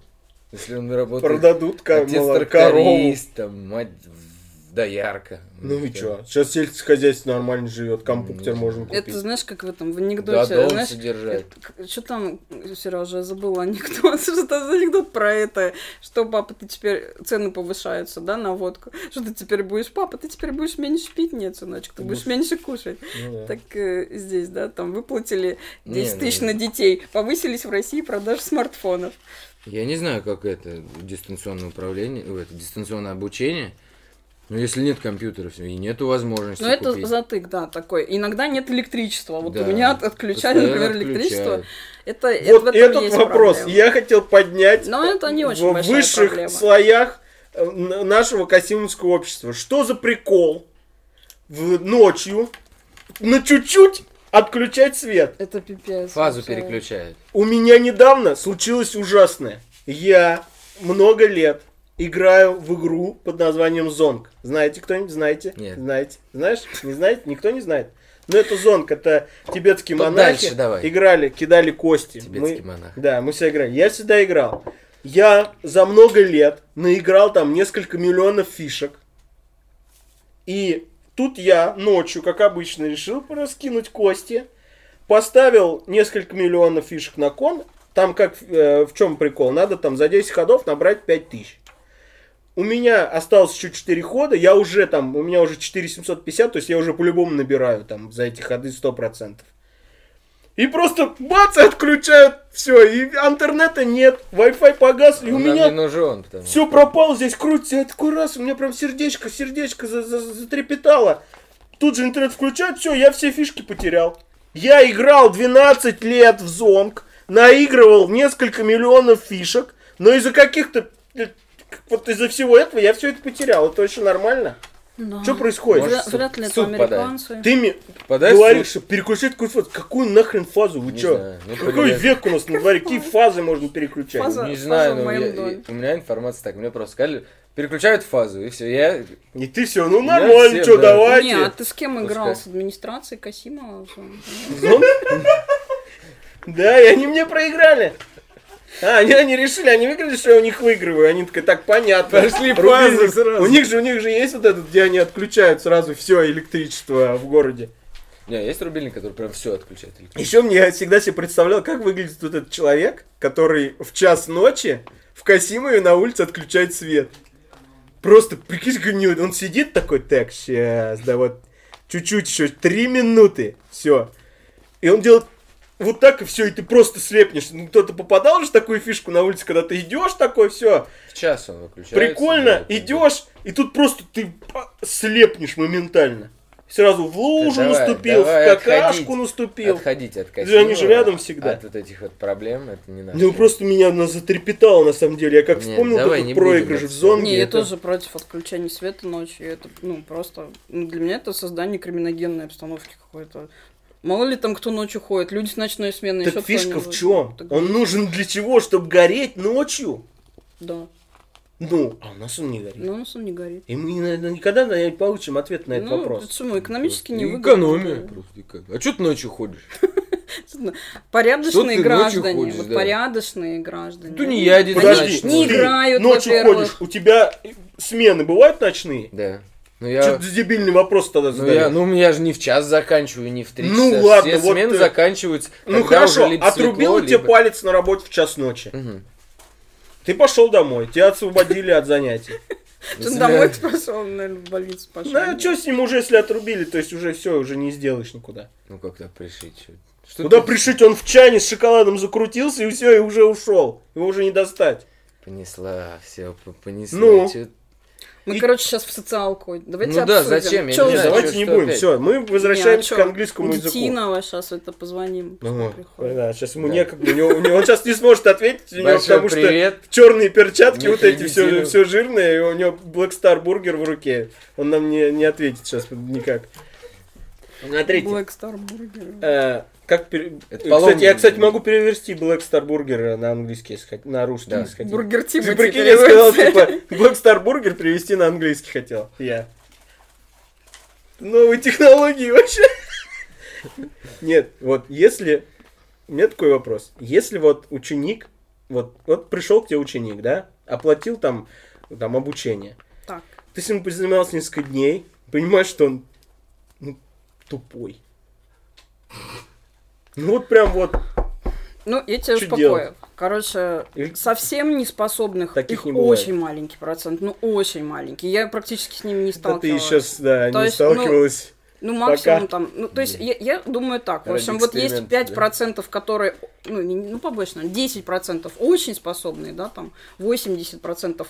[SPEAKER 2] Если он работает.
[SPEAKER 3] продадут ко-
[SPEAKER 2] отец
[SPEAKER 3] моло- корову.
[SPEAKER 2] тракторист, там, мать в- доярка.
[SPEAKER 3] Ну и
[SPEAKER 2] Всё.
[SPEAKER 3] чё? Сейчас сельское хозяйство нормально живет, компьютер
[SPEAKER 2] Ну,
[SPEAKER 3] можно
[SPEAKER 4] Это
[SPEAKER 3] купить.
[SPEAKER 4] знаешь, как в этом, в
[SPEAKER 2] Да,
[SPEAKER 4] анекдоте,
[SPEAKER 2] дом
[SPEAKER 4] знаешь,
[SPEAKER 2] содержать.
[SPEAKER 4] Что там, Сережа, я забыла анекдот, (laughs) что это за анекдот про это, что папа, ты теперь цены повышаются, да, на водку, что ты теперь будешь, папа, ты теперь будешь меньше пить, нет, сыночек, ты
[SPEAKER 3] Ты
[SPEAKER 4] будешь
[SPEAKER 3] будешь-
[SPEAKER 4] меньше кушать.
[SPEAKER 3] Ну да.
[SPEAKER 4] Так э, здесь, да, там выплатили
[SPEAKER 2] Не,
[SPEAKER 4] 10 тысяч
[SPEAKER 2] ну-
[SPEAKER 4] на детей, повысились в России продажи смартфонов.
[SPEAKER 2] Я не знаю, как это дистанционное управление, ой, это дистанционное обучение. Но если нет компьютеров и нету возможности
[SPEAKER 4] Но Ну, это
[SPEAKER 2] купить,
[SPEAKER 4] затык, да, такой. Иногда нет электричества. Вот
[SPEAKER 2] Да.
[SPEAKER 4] у меня от- отключали,
[SPEAKER 2] постоянно
[SPEAKER 4] например, электричество.
[SPEAKER 2] отключают.
[SPEAKER 4] Это, это в
[SPEAKER 3] Вот
[SPEAKER 4] этом
[SPEAKER 3] этот
[SPEAKER 4] есть
[SPEAKER 3] вопрос
[SPEAKER 4] проблема.
[SPEAKER 3] я хотел поднять.
[SPEAKER 4] Но это не очень
[SPEAKER 3] в
[SPEAKER 4] большая
[SPEAKER 3] высших
[SPEAKER 4] проблема.
[SPEAKER 3] слоях э, н- нашего Касимовского общества. Что за прикол в ночью на чуть-чуть отключать свет?
[SPEAKER 4] Это пипец.
[SPEAKER 2] Фазу
[SPEAKER 4] вообще.
[SPEAKER 2] переключают.
[SPEAKER 3] У меня недавно случилось ужасное. Я много лет играю в игру под названием Зонг. Знаете кто-нибудь? Знаете?
[SPEAKER 2] Нет.
[SPEAKER 3] Знаете? Знаешь? Не знаете? Никто не знает. Но это Зонг, это тибетские
[SPEAKER 2] Ну,
[SPEAKER 3] монахи.
[SPEAKER 2] дальше давай.
[SPEAKER 3] Играли, кидали кости.
[SPEAKER 2] Тибетский
[SPEAKER 3] Мы-
[SPEAKER 2] монах.
[SPEAKER 3] да, мы все играли. Я всегда играл. Я за много лет наиграл там несколько миллионов фишек. И тут я ночью, как обычно, решил раскинуть кости. Поставил несколько миллионов фишек на кон. Там как, э, в чем прикол? Надо там за 10 ходов набрать 5000. У меня осталось еще 4 хода, я уже там, у меня уже 4750, то есть я уже по-любому набираю там за эти ходы 100%. И просто бац, и отключают все, и интернета нет, Wi-Fi погас, и у
[SPEAKER 2] Он нам не
[SPEAKER 3] меня
[SPEAKER 2] нужен, потому
[SPEAKER 3] все пропало, здесь крутится. Я такой раз, у меня прям сердечко, сердечко за- за- затрепетало. Тут же интернет включают, все, я все фишки потерял. Я играл 12 лет в Зонг, наигрывал несколько миллионов фишек, но из-за каких-то... э, Вот из-за всего этого я все это потерял. Это вообще нормально.
[SPEAKER 4] Да.
[SPEAKER 3] Что происходит?
[SPEAKER 2] Может,
[SPEAKER 4] Вря-
[SPEAKER 2] суд-
[SPEAKER 4] Вряд ли это
[SPEAKER 2] суд подать.
[SPEAKER 4] американцы.
[SPEAKER 3] Ты мне
[SPEAKER 2] Подай
[SPEAKER 3] говоришь,
[SPEAKER 2] суд.
[SPEAKER 3] что переключить какую фазу? Какую нахрен фазу? Вы
[SPEAKER 2] Не
[SPEAKER 3] чё?
[SPEAKER 2] знаю, ну,
[SPEAKER 3] Какой
[SPEAKER 2] понимаешь.
[SPEAKER 3] век у нас на дворе? Какие фазы можно переключать?
[SPEAKER 4] Фаза.
[SPEAKER 2] Не знаю,
[SPEAKER 4] фаза в
[SPEAKER 2] но
[SPEAKER 4] моем
[SPEAKER 2] я-
[SPEAKER 4] доме.
[SPEAKER 2] у меня информация так, мне просто сказали, переключают фазу, и все, я...
[SPEAKER 3] И ты все, ну
[SPEAKER 2] Я
[SPEAKER 3] нормально,
[SPEAKER 2] всем,
[SPEAKER 3] что,
[SPEAKER 2] да.
[SPEAKER 3] давайте.
[SPEAKER 4] Не, а ты с кем играл?
[SPEAKER 2] Пускай.
[SPEAKER 4] С администрацией Касимова?
[SPEAKER 3] Зон? Да, и они мне проиграли. А, они, они решили, они выиграли, что я у них выигрываю. Они такая, так понятно.
[SPEAKER 2] Пошли
[SPEAKER 3] Рубильник.
[SPEAKER 2] фазы сразу.
[SPEAKER 3] У них же, у них же есть вот этот, где они отключают сразу все электричество в городе.
[SPEAKER 2] Не, есть рубильник, который прям все отключает. электричество?
[SPEAKER 3] Еще мне я всегда себе представлял, как выглядит вот этот человек, который в час ночи в Касимове на улице отключает свет. Просто, прикинь, как не- он сидит такой, так, сейчас, да вот, чуть-чуть еще, три минуты, все. И он делает вот так и все, и ты просто слепнешь. Ну, кто-то попадал же в такую фишку на улице, когда ты идешь такой, все,
[SPEAKER 2] В час он выключается.
[SPEAKER 3] прикольно,
[SPEAKER 2] да, это-
[SPEAKER 3] идешь, и тут просто ты а, слепнешь моментально. Сразу в лужу
[SPEAKER 2] Давай,
[SPEAKER 3] наступил,
[SPEAKER 2] давай,
[SPEAKER 3] в какашку
[SPEAKER 2] отходить.
[SPEAKER 3] наступил.
[SPEAKER 2] Отходить от
[SPEAKER 3] Они же
[SPEAKER 2] косила,
[SPEAKER 3] рядом всегда.
[SPEAKER 2] От вот этих вот проблем, это не надо.
[SPEAKER 3] Ну просто меня она затрепетала на самом деле. Я как
[SPEAKER 2] Нет,
[SPEAKER 3] вспомнил
[SPEAKER 2] давай
[SPEAKER 3] этот
[SPEAKER 2] не
[SPEAKER 3] проигрыш
[SPEAKER 2] будем
[SPEAKER 3] в
[SPEAKER 2] это.
[SPEAKER 3] зомби.
[SPEAKER 4] Не, я
[SPEAKER 3] это-
[SPEAKER 4] тоже против отключения света ночью. Это, ну, просто... ну, для меня это создание криминогенной обстановки какой-то. Мало ли там кто ночью ходит. Люди с ночной смены.
[SPEAKER 3] Так
[SPEAKER 4] ещё
[SPEAKER 3] фишка в
[SPEAKER 4] кто-нибудь.
[SPEAKER 3] чем?
[SPEAKER 4] Так-
[SPEAKER 3] Он нужен для чего? Чтобы гореть ночью?
[SPEAKER 4] Да.
[SPEAKER 3] Ну, а у нас он не горит.
[SPEAKER 4] Но у нас он не горит.
[SPEAKER 3] И мы наверное, никогда наверное, не получим ответ на этот
[SPEAKER 4] ну,
[SPEAKER 3] вопрос.
[SPEAKER 4] почему? Экономически не выгодно.
[SPEAKER 2] Экономия просто. эко- А что ты ночью ходишь?
[SPEAKER 4] Порядочные
[SPEAKER 2] Что ты ночью
[SPEAKER 4] граждане.
[SPEAKER 2] ходишь,
[SPEAKER 4] вот
[SPEAKER 2] да.
[SPEAKER 4] порядочные граждане.
[SPEAKER 2] Тут не я один
[SPEAKER 3] Подожди,
[SPEAKER 4] Подожди, не
[SPEAKER 3] ты
[SPEAKER 4] играют,
[SPEAKER 3] ночью
[SPEAKER 4] во-первых.
[SPEAKER 3] ходишь, у тебя смены бывают ночные?
[SPEAKER 2] Да. Ну
[SPEAKER 3] Что
[SPEAKER 2] я...
[SPEAKER 3] ты за дебильный вопрос тогда
[SPEAKER 2] Ну,
[SPEAKER 3] задали?
[SPEAKER 2] я, ну, я же не в час заканчиваю, не в три
[SPEAKER 3] Ну,
[SPEAKER 2] часа.
[SPEAKER 3] ладно,
[SPEAKER 2] Все
[SPEAKER 3] вот
[SPEAKER 2] смены
[SPEAKER 3] ты-
[SPEAKER 2] заканчиваются,
[SPEAKER 3] Ну,
[SPEAKER 2] когда
[SPEAKER 3] хорошо,
[SPEAKER 2] уже либо
[SPEAKER 3] отрубил
[SPEAKER 2] светло,
[SPEAKER 3] тебе
[SPEAKER 2] либо-
[SPEAKER 3] палец на работе в час ночи.
[SPEAKER 2] Мгм.
[SPEAKER 3] Ты пошел домой, тебя освободили от занятий.
[SPEAKER 4] Ты
[SPEAKER 2] Если-
[SPEAKER 4] домой (laughs) пошел, он, наверное, в больницу пошел.
[SPEAKER 3] Ну, а что с ним уже, если отрубили, то есть уже все, уже не сделаешь никуда.
[SPEAKER 2] Ну как-то пришить. чё- Что
[SPEAKER 3] Куда
[SPEAKER 2] ты-
[SPEAKER 3] пришить, он в чане с шоколадом закрутился и все, и уже ушел. Его уже не достать.
[SPEAKER 2] Понесла, все, понесла.
[SPEAKER 3] Ну?
[SPEAKER 2] Чё-
[SPEAKER 4] Мы,
[SPEAKER 3] И-
[SPEAKER 4] короче, сейчас в социалку. Давайте
[SPEAKER 2] Ну да, зачем? Я
[SPEAKER 4] Чё
[SPEAKER 2] не
[SPEAKER 4] вы-
[SPEAKER 3] Не,
[SPEAKER 2] знаю,
[SPEAKER 3] давайте
[SPEAKER 2] что-
[SPEAKER 3] не
[SPEAKER 2] что
[SPEAKER 3] будем.
[SPEAKER 2] опять? а
[SPEAKER 3] Все, мы возвращаемся
[SPEAKER 4] а
[SPEAKER 3] к английскому языку.
[SPEAKER 4] Детинова сейчас это позвоним.
[SPEAKER 3] Ну,
[SPEAKER 4] Приходит.
[SPEAKER 3] да, сейчас ему
[SPEAKER 2] Да.
[SPEAKER 3] некогда, у него- у него- он сейчас не сможет ответить, у него,
[SPEAKER 2] Большой
[SPEAKER 3] потому что
[SPEAKER 2] привет.
[SPEAKER 3] черные перчатки,
[SPEAKER 2] Не
[SPEAKER 3] вот эти все,
[SPEAKER 2] приведено.
[SPEAKER 3] все жирные, и у него Black Star бургер в руке. Он нам не, не ответит сейчас никак. Смотрите,
[SPEAKER 4] Black Star Burger.
[SPEAKER 3] Э, как пере-
[SPEAKER 2] Это
[SPEAKER 3] Кстати, я,
[SPEAKER 2] паломник.
[SPEAKER 3] кстати, могу переверсти Black Star Burger на английский, если хот- на русский,
[SPEAKER 2] Да.
[SPEAKER 3] если хотите.
[SPEAKER 4] Бургер
[SPEAKER 3] Ты
[SPEAKER 4] Тима
[SPEAKER 3] прикинь, я сказал, типа, Black Star Burger перевести на английский хотел. Я. Новые технологии вообще. Нет, вот если... У меня такой вопрос. Если вот ученик, вот, вот пришел к тебе ученик, да, оплатил там, там обучение,
[SPEAKER 4] Так.
[SPEAKER 3] ты с ним позанимался несколько дней, понимаешь, что он ну, тупой. Ну вот прям вот
[SPEAKER 4] Ну, я тебя
[SPEAKER 3] Чё
[SPEAKER 4] успокою.
[SPEAKER 3] делать?
[SPEAKER 4] Короче,
[SPEAKER 3] Или-
[SPEAKER 4] совсем неспособных,
[SPEAKER 3] Таких
[SPEAKER 4] их
[SPEAKER 3] не бывает.
[SPEAKER 4] очень маленький процент, ну очень маленький. Я практически с ними
[SPEAKER 3] да
[SPEAKER 4] не
[SPEAKER 3] ты
[SPEAKER 4] сталкивалась.
[SPEAKER 3] сейчас да,
[SPEAKER 4] То
[SPEAKER 3] не
[SPEAKER 4] есть,
[SPEAKER 3] сталкивалась.
[SPEAKER 4] Ну, максимум
[SPEAKER 3] Пока.
[SPEAKER 4] там. Ну, то есть, я, я думаю так. В
[SPEAKER 2] Ради
[SPEAKER 4] общем, вот есть
[SPEAKER 2] эксперимента,
[SPEAKER 4] 5%, которые, ну, не- ну, побольше, наверное, 10% очень способные, да, там, 80%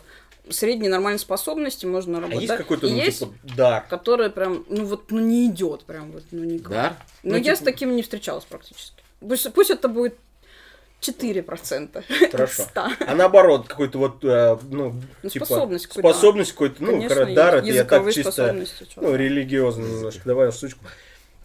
[SPEAKER 4] средней нормальной способности можно
[SPEAKER 3] а
[SPEAKER 4] работать.
[SPEAKER 3] есть
[SPEAKER 4] да.
[SPEAKER 3] какой-то,
[SPEAKER 4] И
[SPEAKER 3] ну,
[SPEAKER 4] есть,
[SPEAKER 3] типа, дар.
[SPEAKER 4] которые прям, ну, вот, ну, не идет прям, вот, ну, никак.
[SPEAKER 2] Да?
[SPEAKER 4] Но
[SPEAKER 3] Ну,
[SPEAKER 4] я с
[SPEAKER 3] типа-
[SPEAKER 4] таким не встречалась практически. Пусть, пусть это будет 4%
[SPEAKER 3] Хорошо.
[SPEAKER 4] от 100.
[SPEAKER 3] А наоборот, какой-то вот, э, ну,
[SPEAKER 4] Ну,
[SPEAKER 3] типа,
[SPEAKER 4] способность какой-то.
[SPEAKER 3] способность какой-то, ну,
[SPEAKER 4] Конечно,
[SPEAKER 3] короче, дар,
[SPEAKER 4] и
[SPEAKER 3] это я так
[SPEAKER 4] языковые
[SPEAKER 3] чисто,
[SPEAKER 4] способности, чё
[SPEAKER 3] ну,
[SPEAKER 4] там.
[SPEAKER 3] религиозно немножко добавил штучку.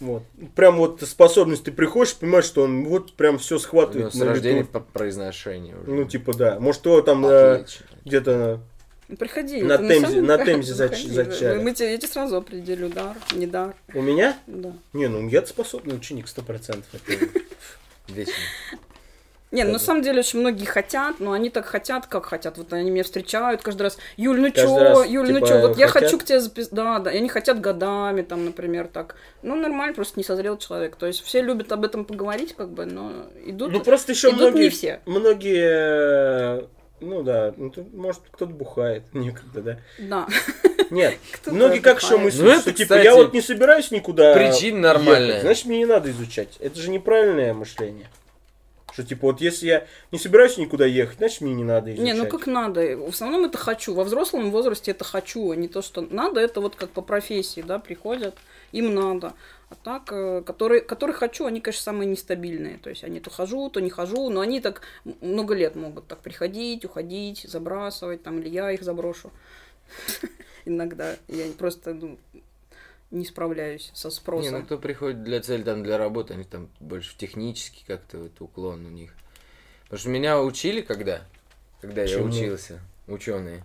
[SPEAKER 3] Вот. Прям вот способность, ты приходишь, понимаешь, что он вот прям все
[SPEAKER 2] У него
[SPEAKER 3] схватывает
[SPEAKER 2] с
[SPEAKER 3] на
[SPEAKER 2] рождения А,
[SPEAKER 3] лету.
[SPEAKER 2] по произношению уже.
[SPEAKER 3] Ну, типа, да. Может, его там э,
[SPEAKER 2] Отлично.
[SPEAKER 3] где-то
[SPEAKER 4] Ну, Приходи.
[SPEAKER 3] на
[SPEAKER 4] это
[SPEAKER 3] Темзе-
[SPEAKER 4] самом
[SPEAKER 3] на
[SPEAKER 4] (laughs) деле-
[SPEAKER 3] Темзе зач-
[SPEAKER 4] заходи.
[SPEAKER 3] зачали.
[SPEAKER 4] Мы тебе, я тебе сразу определю, дар, не дар,
[SPEAKER 3] у меня
[SPEAKER 4] да.
[SPEAKER 3] Не, ну я способный ученик, сто процентов.
[SPEAKER 4] (laughs)
[SPEAKER 2] Вечно.
[SPEAKER 4] Не,
[SPEAKER 3] Как
[SPEAKER 4] ну,
[SPEAKER 3] бы.
[SPEAKER 4] на самом деле очень многие хотят, но они так хотят, как хотят. Вот они меня встречают каждый раз. Юль, ну
[SPEAKER 3] Каждый
[SPEAKER 4] чё,
[SPEAKER 3] раз,
[SPEAKER 4] Юль,
[SPEAKER 3] типа,
[SPEAKER 4] ну чё, вот я
[SPEAKER 3] хотят?
[SPEAKER 4] хочу к тебе записать. Да, да, и они хотят годами, там, например, так. Ну, нормально, просто не созрел человек. То есть все любят об этом поговорить, как бы, но идут...
[SPEAKER 3] Ну просто еще
[SPEAKER 4] идут не
[SPEAKER 3] многие,
[SPEAKER 4] все.
[SPEAKER 3] многие, э, ну да, ну, тут, может кто-то бухает, (laughs) некогда, да.
[SPEAKER 4] Да. (laughs)
[SPEAKER 3] Нет,
[SPEAKER 4] Кто-то
[SPEAKER 3] многие как еще
[SPEAKER 4] бухает.
[SPEAKER 3] мыслят,
[SPEAKER 2] Ну, это,
[SPEAKER 3] что типа
[SPEAKER 2] кстати,
[SPEAKER 3] я вот не собираюсь никуда.
[SPEAKER 2] причина нормальная.
[SPEAKER 3] ехать, значит мне не надо изучать. Это же неправильное мышление. Что типа вот если я не собираюсь никуда ехать, значит мне не надо изучать.
[SPEAKER 4] Не, ну как надо. В основном это хочу. Во взрослом возрасте это хочу, а не то, что надо. Это вот как по профессии, да, приходят, им надо. А так, э, которые, которые хочу, они, конечно, самые нестабильные. То есть они то хожу, то не хожу, но они так м- много лет могут так приходить, уходить, забрасывать, там, или я их заброшу. (laughs) Иногда я просто ну, не справляюсь со
[SPEAKER 2] Не, ну
[SPEAKER 4] спросом.
[SPEAKER 2] кто приходит для цели, там, для работы, они там больше технически как-то вот уклон у них. Потому что меня учили когда, когда
[SPEAKER 3] Чему?
[SPEAKER 2] я учился, ученые.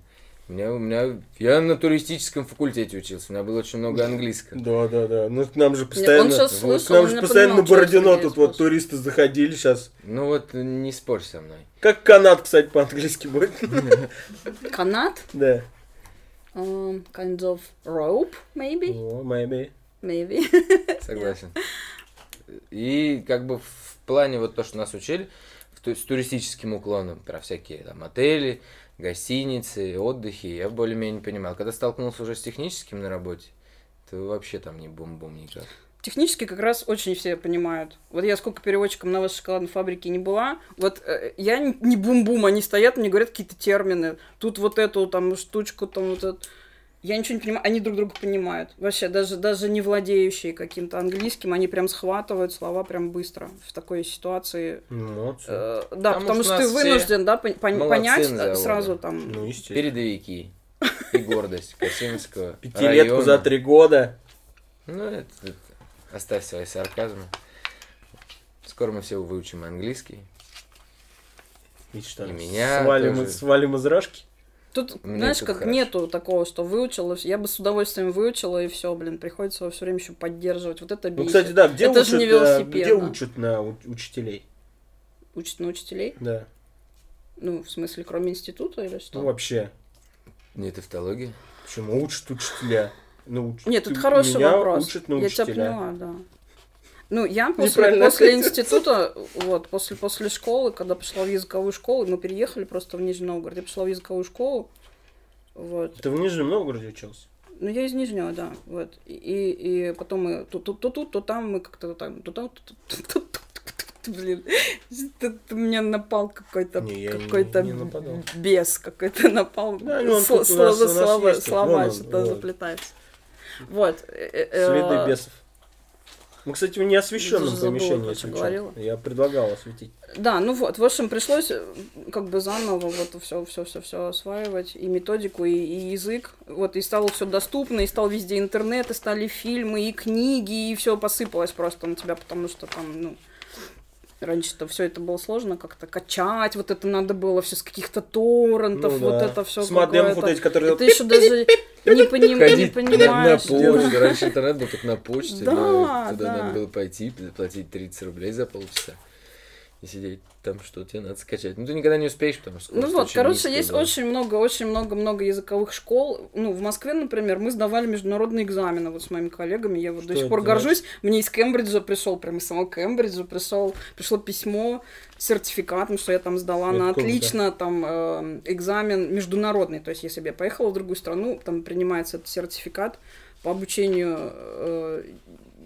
[SPEAKER 2] Меня, у меня, я на туристическом факультете учился, у меня было очень много английского.
[SPEAKER 3] Да, да, да. Ну к нам же постоянно.
[SPEAKER 4] щас
[SPEAKER 3] к
[SPEAKER 4] слышал,
[SPEAKER 3] нам
[SPEAKER 4] он
[SPEAKER 3] же
[SPEAKER 4] меня
[SPEAKER 3] постоянно на
[SPEAKER 4] понимал, честно,
[SPEAKER 3] Бородино
[SPEAKER 4] я
[SPEAKER 3] тут вот
[SPEAKER 4] слышал.
[SPEAKER 3] туристы заходили сейчас.
[SPEAKER 2] Ну вот не спорь со мной.
[SPEAKER 3] Как канат, кстати, по-английски будет. (laughs)
[SPEAKER 4] Канат,
[SPEAKER 3] Да.
[SPEAKER 4] um, kind of rope, maybe,
[SPEAKER 3] О, maybe.
[SPEAKER 4] maybe.
[SPEAKER 2] Согласен. И как бы в плане вот то, что нас учили, в ту- с туристическим уклоном, про всякие там отели, гостиницы, отдыхи, я более-менее понимал. Когда столкнулся уже с техническим на работе, то вообще там не бум-бум никак.
[SPEAKER 4] Технически как раз очень все понимают. Вот я сколько переводчиком на вашей шоколадной фабрике не была, вот э, я не, не бум-бум, они стоят, мне говорят какие-то термины. Тут вот эту там штучку, там вот это. Я ничего не понимаю, они друг друга понимают. Вообще, даже, даже не владеющие каким-то английским, они прям схватывают слова прям быстро в такой ситуации.
[SPEAKER 3] Молодцы.
[SPEAKER 4] Э, да,
[SPEAKER 2] Потому что
[SPEAKER 4] потому что ты
[SPEAKER 2] нас все
[SPEAKER 4] вынужден, да, пон- пон-
[SPEAKER 2] молодцы
[SPEAKER 4] понять
[SPEAKER 2] на
[SPEAKER 4] э,
[SPEAKER 2] заводе.
[SPEAKER 4] сразу там.
[SPEAKER 3] Ну, естественно.
[SPEAKER 2] Передовики и гордость Косинского
[SPEAKER 3] (laughs) Пятилетку
[SPEAKER 2] района.
[SPEAKER 3] за три года.
[SPEAKER 2] Ну, это, это- оставь свои сарказмы. Скоро мы все выучим английский.
[SPEAKER 3] И что?
[SPEAKER 2] И меня
[SPEAKER 3] свалим,
[SPEAKER 2] тоже.
[SPEAKER 3] из- свалим из рашки.
[SPEAKER 4] Тут,
[SPEAKER 2] Мне
[SPEAKER 4] знаешь,
[SPEAKER 2] тут
[SPEAKER 4] как
[SPEAKER 2] хорошо.
[SPEAKER 4] нету такого, что выучила, я бы с удовольствием выучила, и все, блин, приходится его все время еще поддерживать. Вот это
[SPEAKER 3] Ну,
[SPEAKER 4] бесит.
[SPEAKER 3] кстати, да, где
[SPEAKER 4] Это
[SPEAKER 3] учат,
[SPEAKER 4] же не
[SPEAKER 3] э,
[SPEAKER 4] велосипед,
[SPEAKER 3] где
[SPEAKER 4] да.
[SPEAKER 3] учат на у- учителей?
[SPEAKER 4] Учат на учителей?
[SPEAKER 3] Да.
[SPEAKER 4] Ну, в смысле, кроме института или что?
[SPEAKER 3] Ну, вообще.
[SPEAKER 2] Нет тавтологии.
[SPEAKER 3] Почему учат учителя? Ну, уч-
[SPEAKER 4] Нет, тут
[SPEAKER 3] ты-
[SPEAKER 4] хороший
[SPEAKER 3] меня
[SPEAKER 4] вопрос.
[SPEAKER 3] учат на
[SPEAKER 4] я тебя
[SPEAKER 3] учителя.
[SPEAKER 4] поняла, да. Ну, я после,
[SPEAKER 3] Неправильно
[SPEAKER 4] после
[SPEAKER 3] ответил.
[SPEAKER 4] института, вот, после, после школы, когда пошла в языковую школу, мы переехали просто в Нижний Новгород, я пошла в языковую школу, вот,
[SPEAKER 3] Ты в Нижнем Новгороде учился?
[SPEAKER 4] ну, я из Нижнего, да, вот, и, и потом мы то тут, то тут, то там, мы как-то там, то там, то тут, то тут, то тут, блин, Ты- ты- у меня напал какой-то,
[SPEAKER 3] Не, я не-
[SPEAKER 4] какой-то
[SPEAKER 3] не нападал.
[SPEAKER 4] бес какой-то напал,
[SPEAKER 3] Да, ну, он
[SPEAKER 4] Сло-
[SPEAKER 3] тут у нас- у нас
[SPEAKER 4] слова,
[SPEAKER 3] есть,
[SPEAKER 4] слова
[SPEAKER 3] вон он,
[SPEAKER 4] что-то
[SPEAKER 3] вот.
[SPEAKER 4] заплетаются. Вот. э, э,
[SPEAKER 3] Следы
[SPEAKER 4] э,
[SPEAKER 3] бесов. Мы, кстати, в неосвещенном
[SPEAKER 4] Даже забыла,
[SPEAKER 3] помещении,
[SPEAKER 4] про
[SPEAKER 3] если
[SPEAKER 4] что
[SPEAKER 3] чё.
[SPEAKER 4] говорила.
[SPEAKER 3] Я предлагал осветить.
[SPEAKER 4] Да, ну вот, в общем, пришлось э, как бы заново вот все, все, все, все осваивать, и методику, и, и язык, вот, и стало все доступно, и стал везде интернет, и стали фильмы, и книги, и все посыпалось просто на тебя, потому что там, ну, раньше-то все это было сложно как-то качать, вот это надо было все с каких-то торрентов,
[SPEAKER 3] Ну
[SPEAKER 4] вот
[SPEAKER 3] да.
[SPEAKER 4] это все
[SPEAKER 3] С модем вот эти, которые...
[SPEAKER 4] ты
[SPEAKER 3] (laughs)
[SPEAKER 4] еще даже не, поним- не
[SPEAKER 2] Ходить на
[SPEAKER 4] понимаешь.
[SPEAKER 2] почту. Раньше интернет был только на почте.
[SPEAKER 4] Да,
[SPEAKER 2] но туда
[SPEAKER 4] да.
[SPEAKER 2] надо было пойти, заплатить 30 рублей за полчаса. И сидеть там, что тебе надо скачать. Ну, ты никогда не успеешь, потому что
[SPEAKER 4] Ну
[SPEAKER 2] скорость
[SPEAKER 4] вот,
[SPEAKER 2] очень
[SPEAKER 4] короче,
[SPEAKER 2] низкая
[SPEAKER 4] есть
[SPEAKER 2] была.
[SPEAKER 4] очень много, очень много-много языковых школ. Ну, в Москве, например, мы сдавали международные экзамены вот с моими коллегами. Я вот
[SPEAKER 3] Что
[SPEAKER 4] до сих
[SPEAKER 3] это
[SPEAKER 4] пор
[SPEAKER 3] значит?
[SPEAKER 4] горжусь. Мне из Кембриджа пришел, прям из самого Кембриджа пришел, пришло письмо с сертификатом, что я там сдала
[SPEAKER 3] Это
[SPEAKER 4] на
[SPEAKER 3] круто.
[SPEAKER 4] отлично там э, экзамен международный. То есть, если бы я поехала в другую страну, там принимается этот сертификат по обучению э,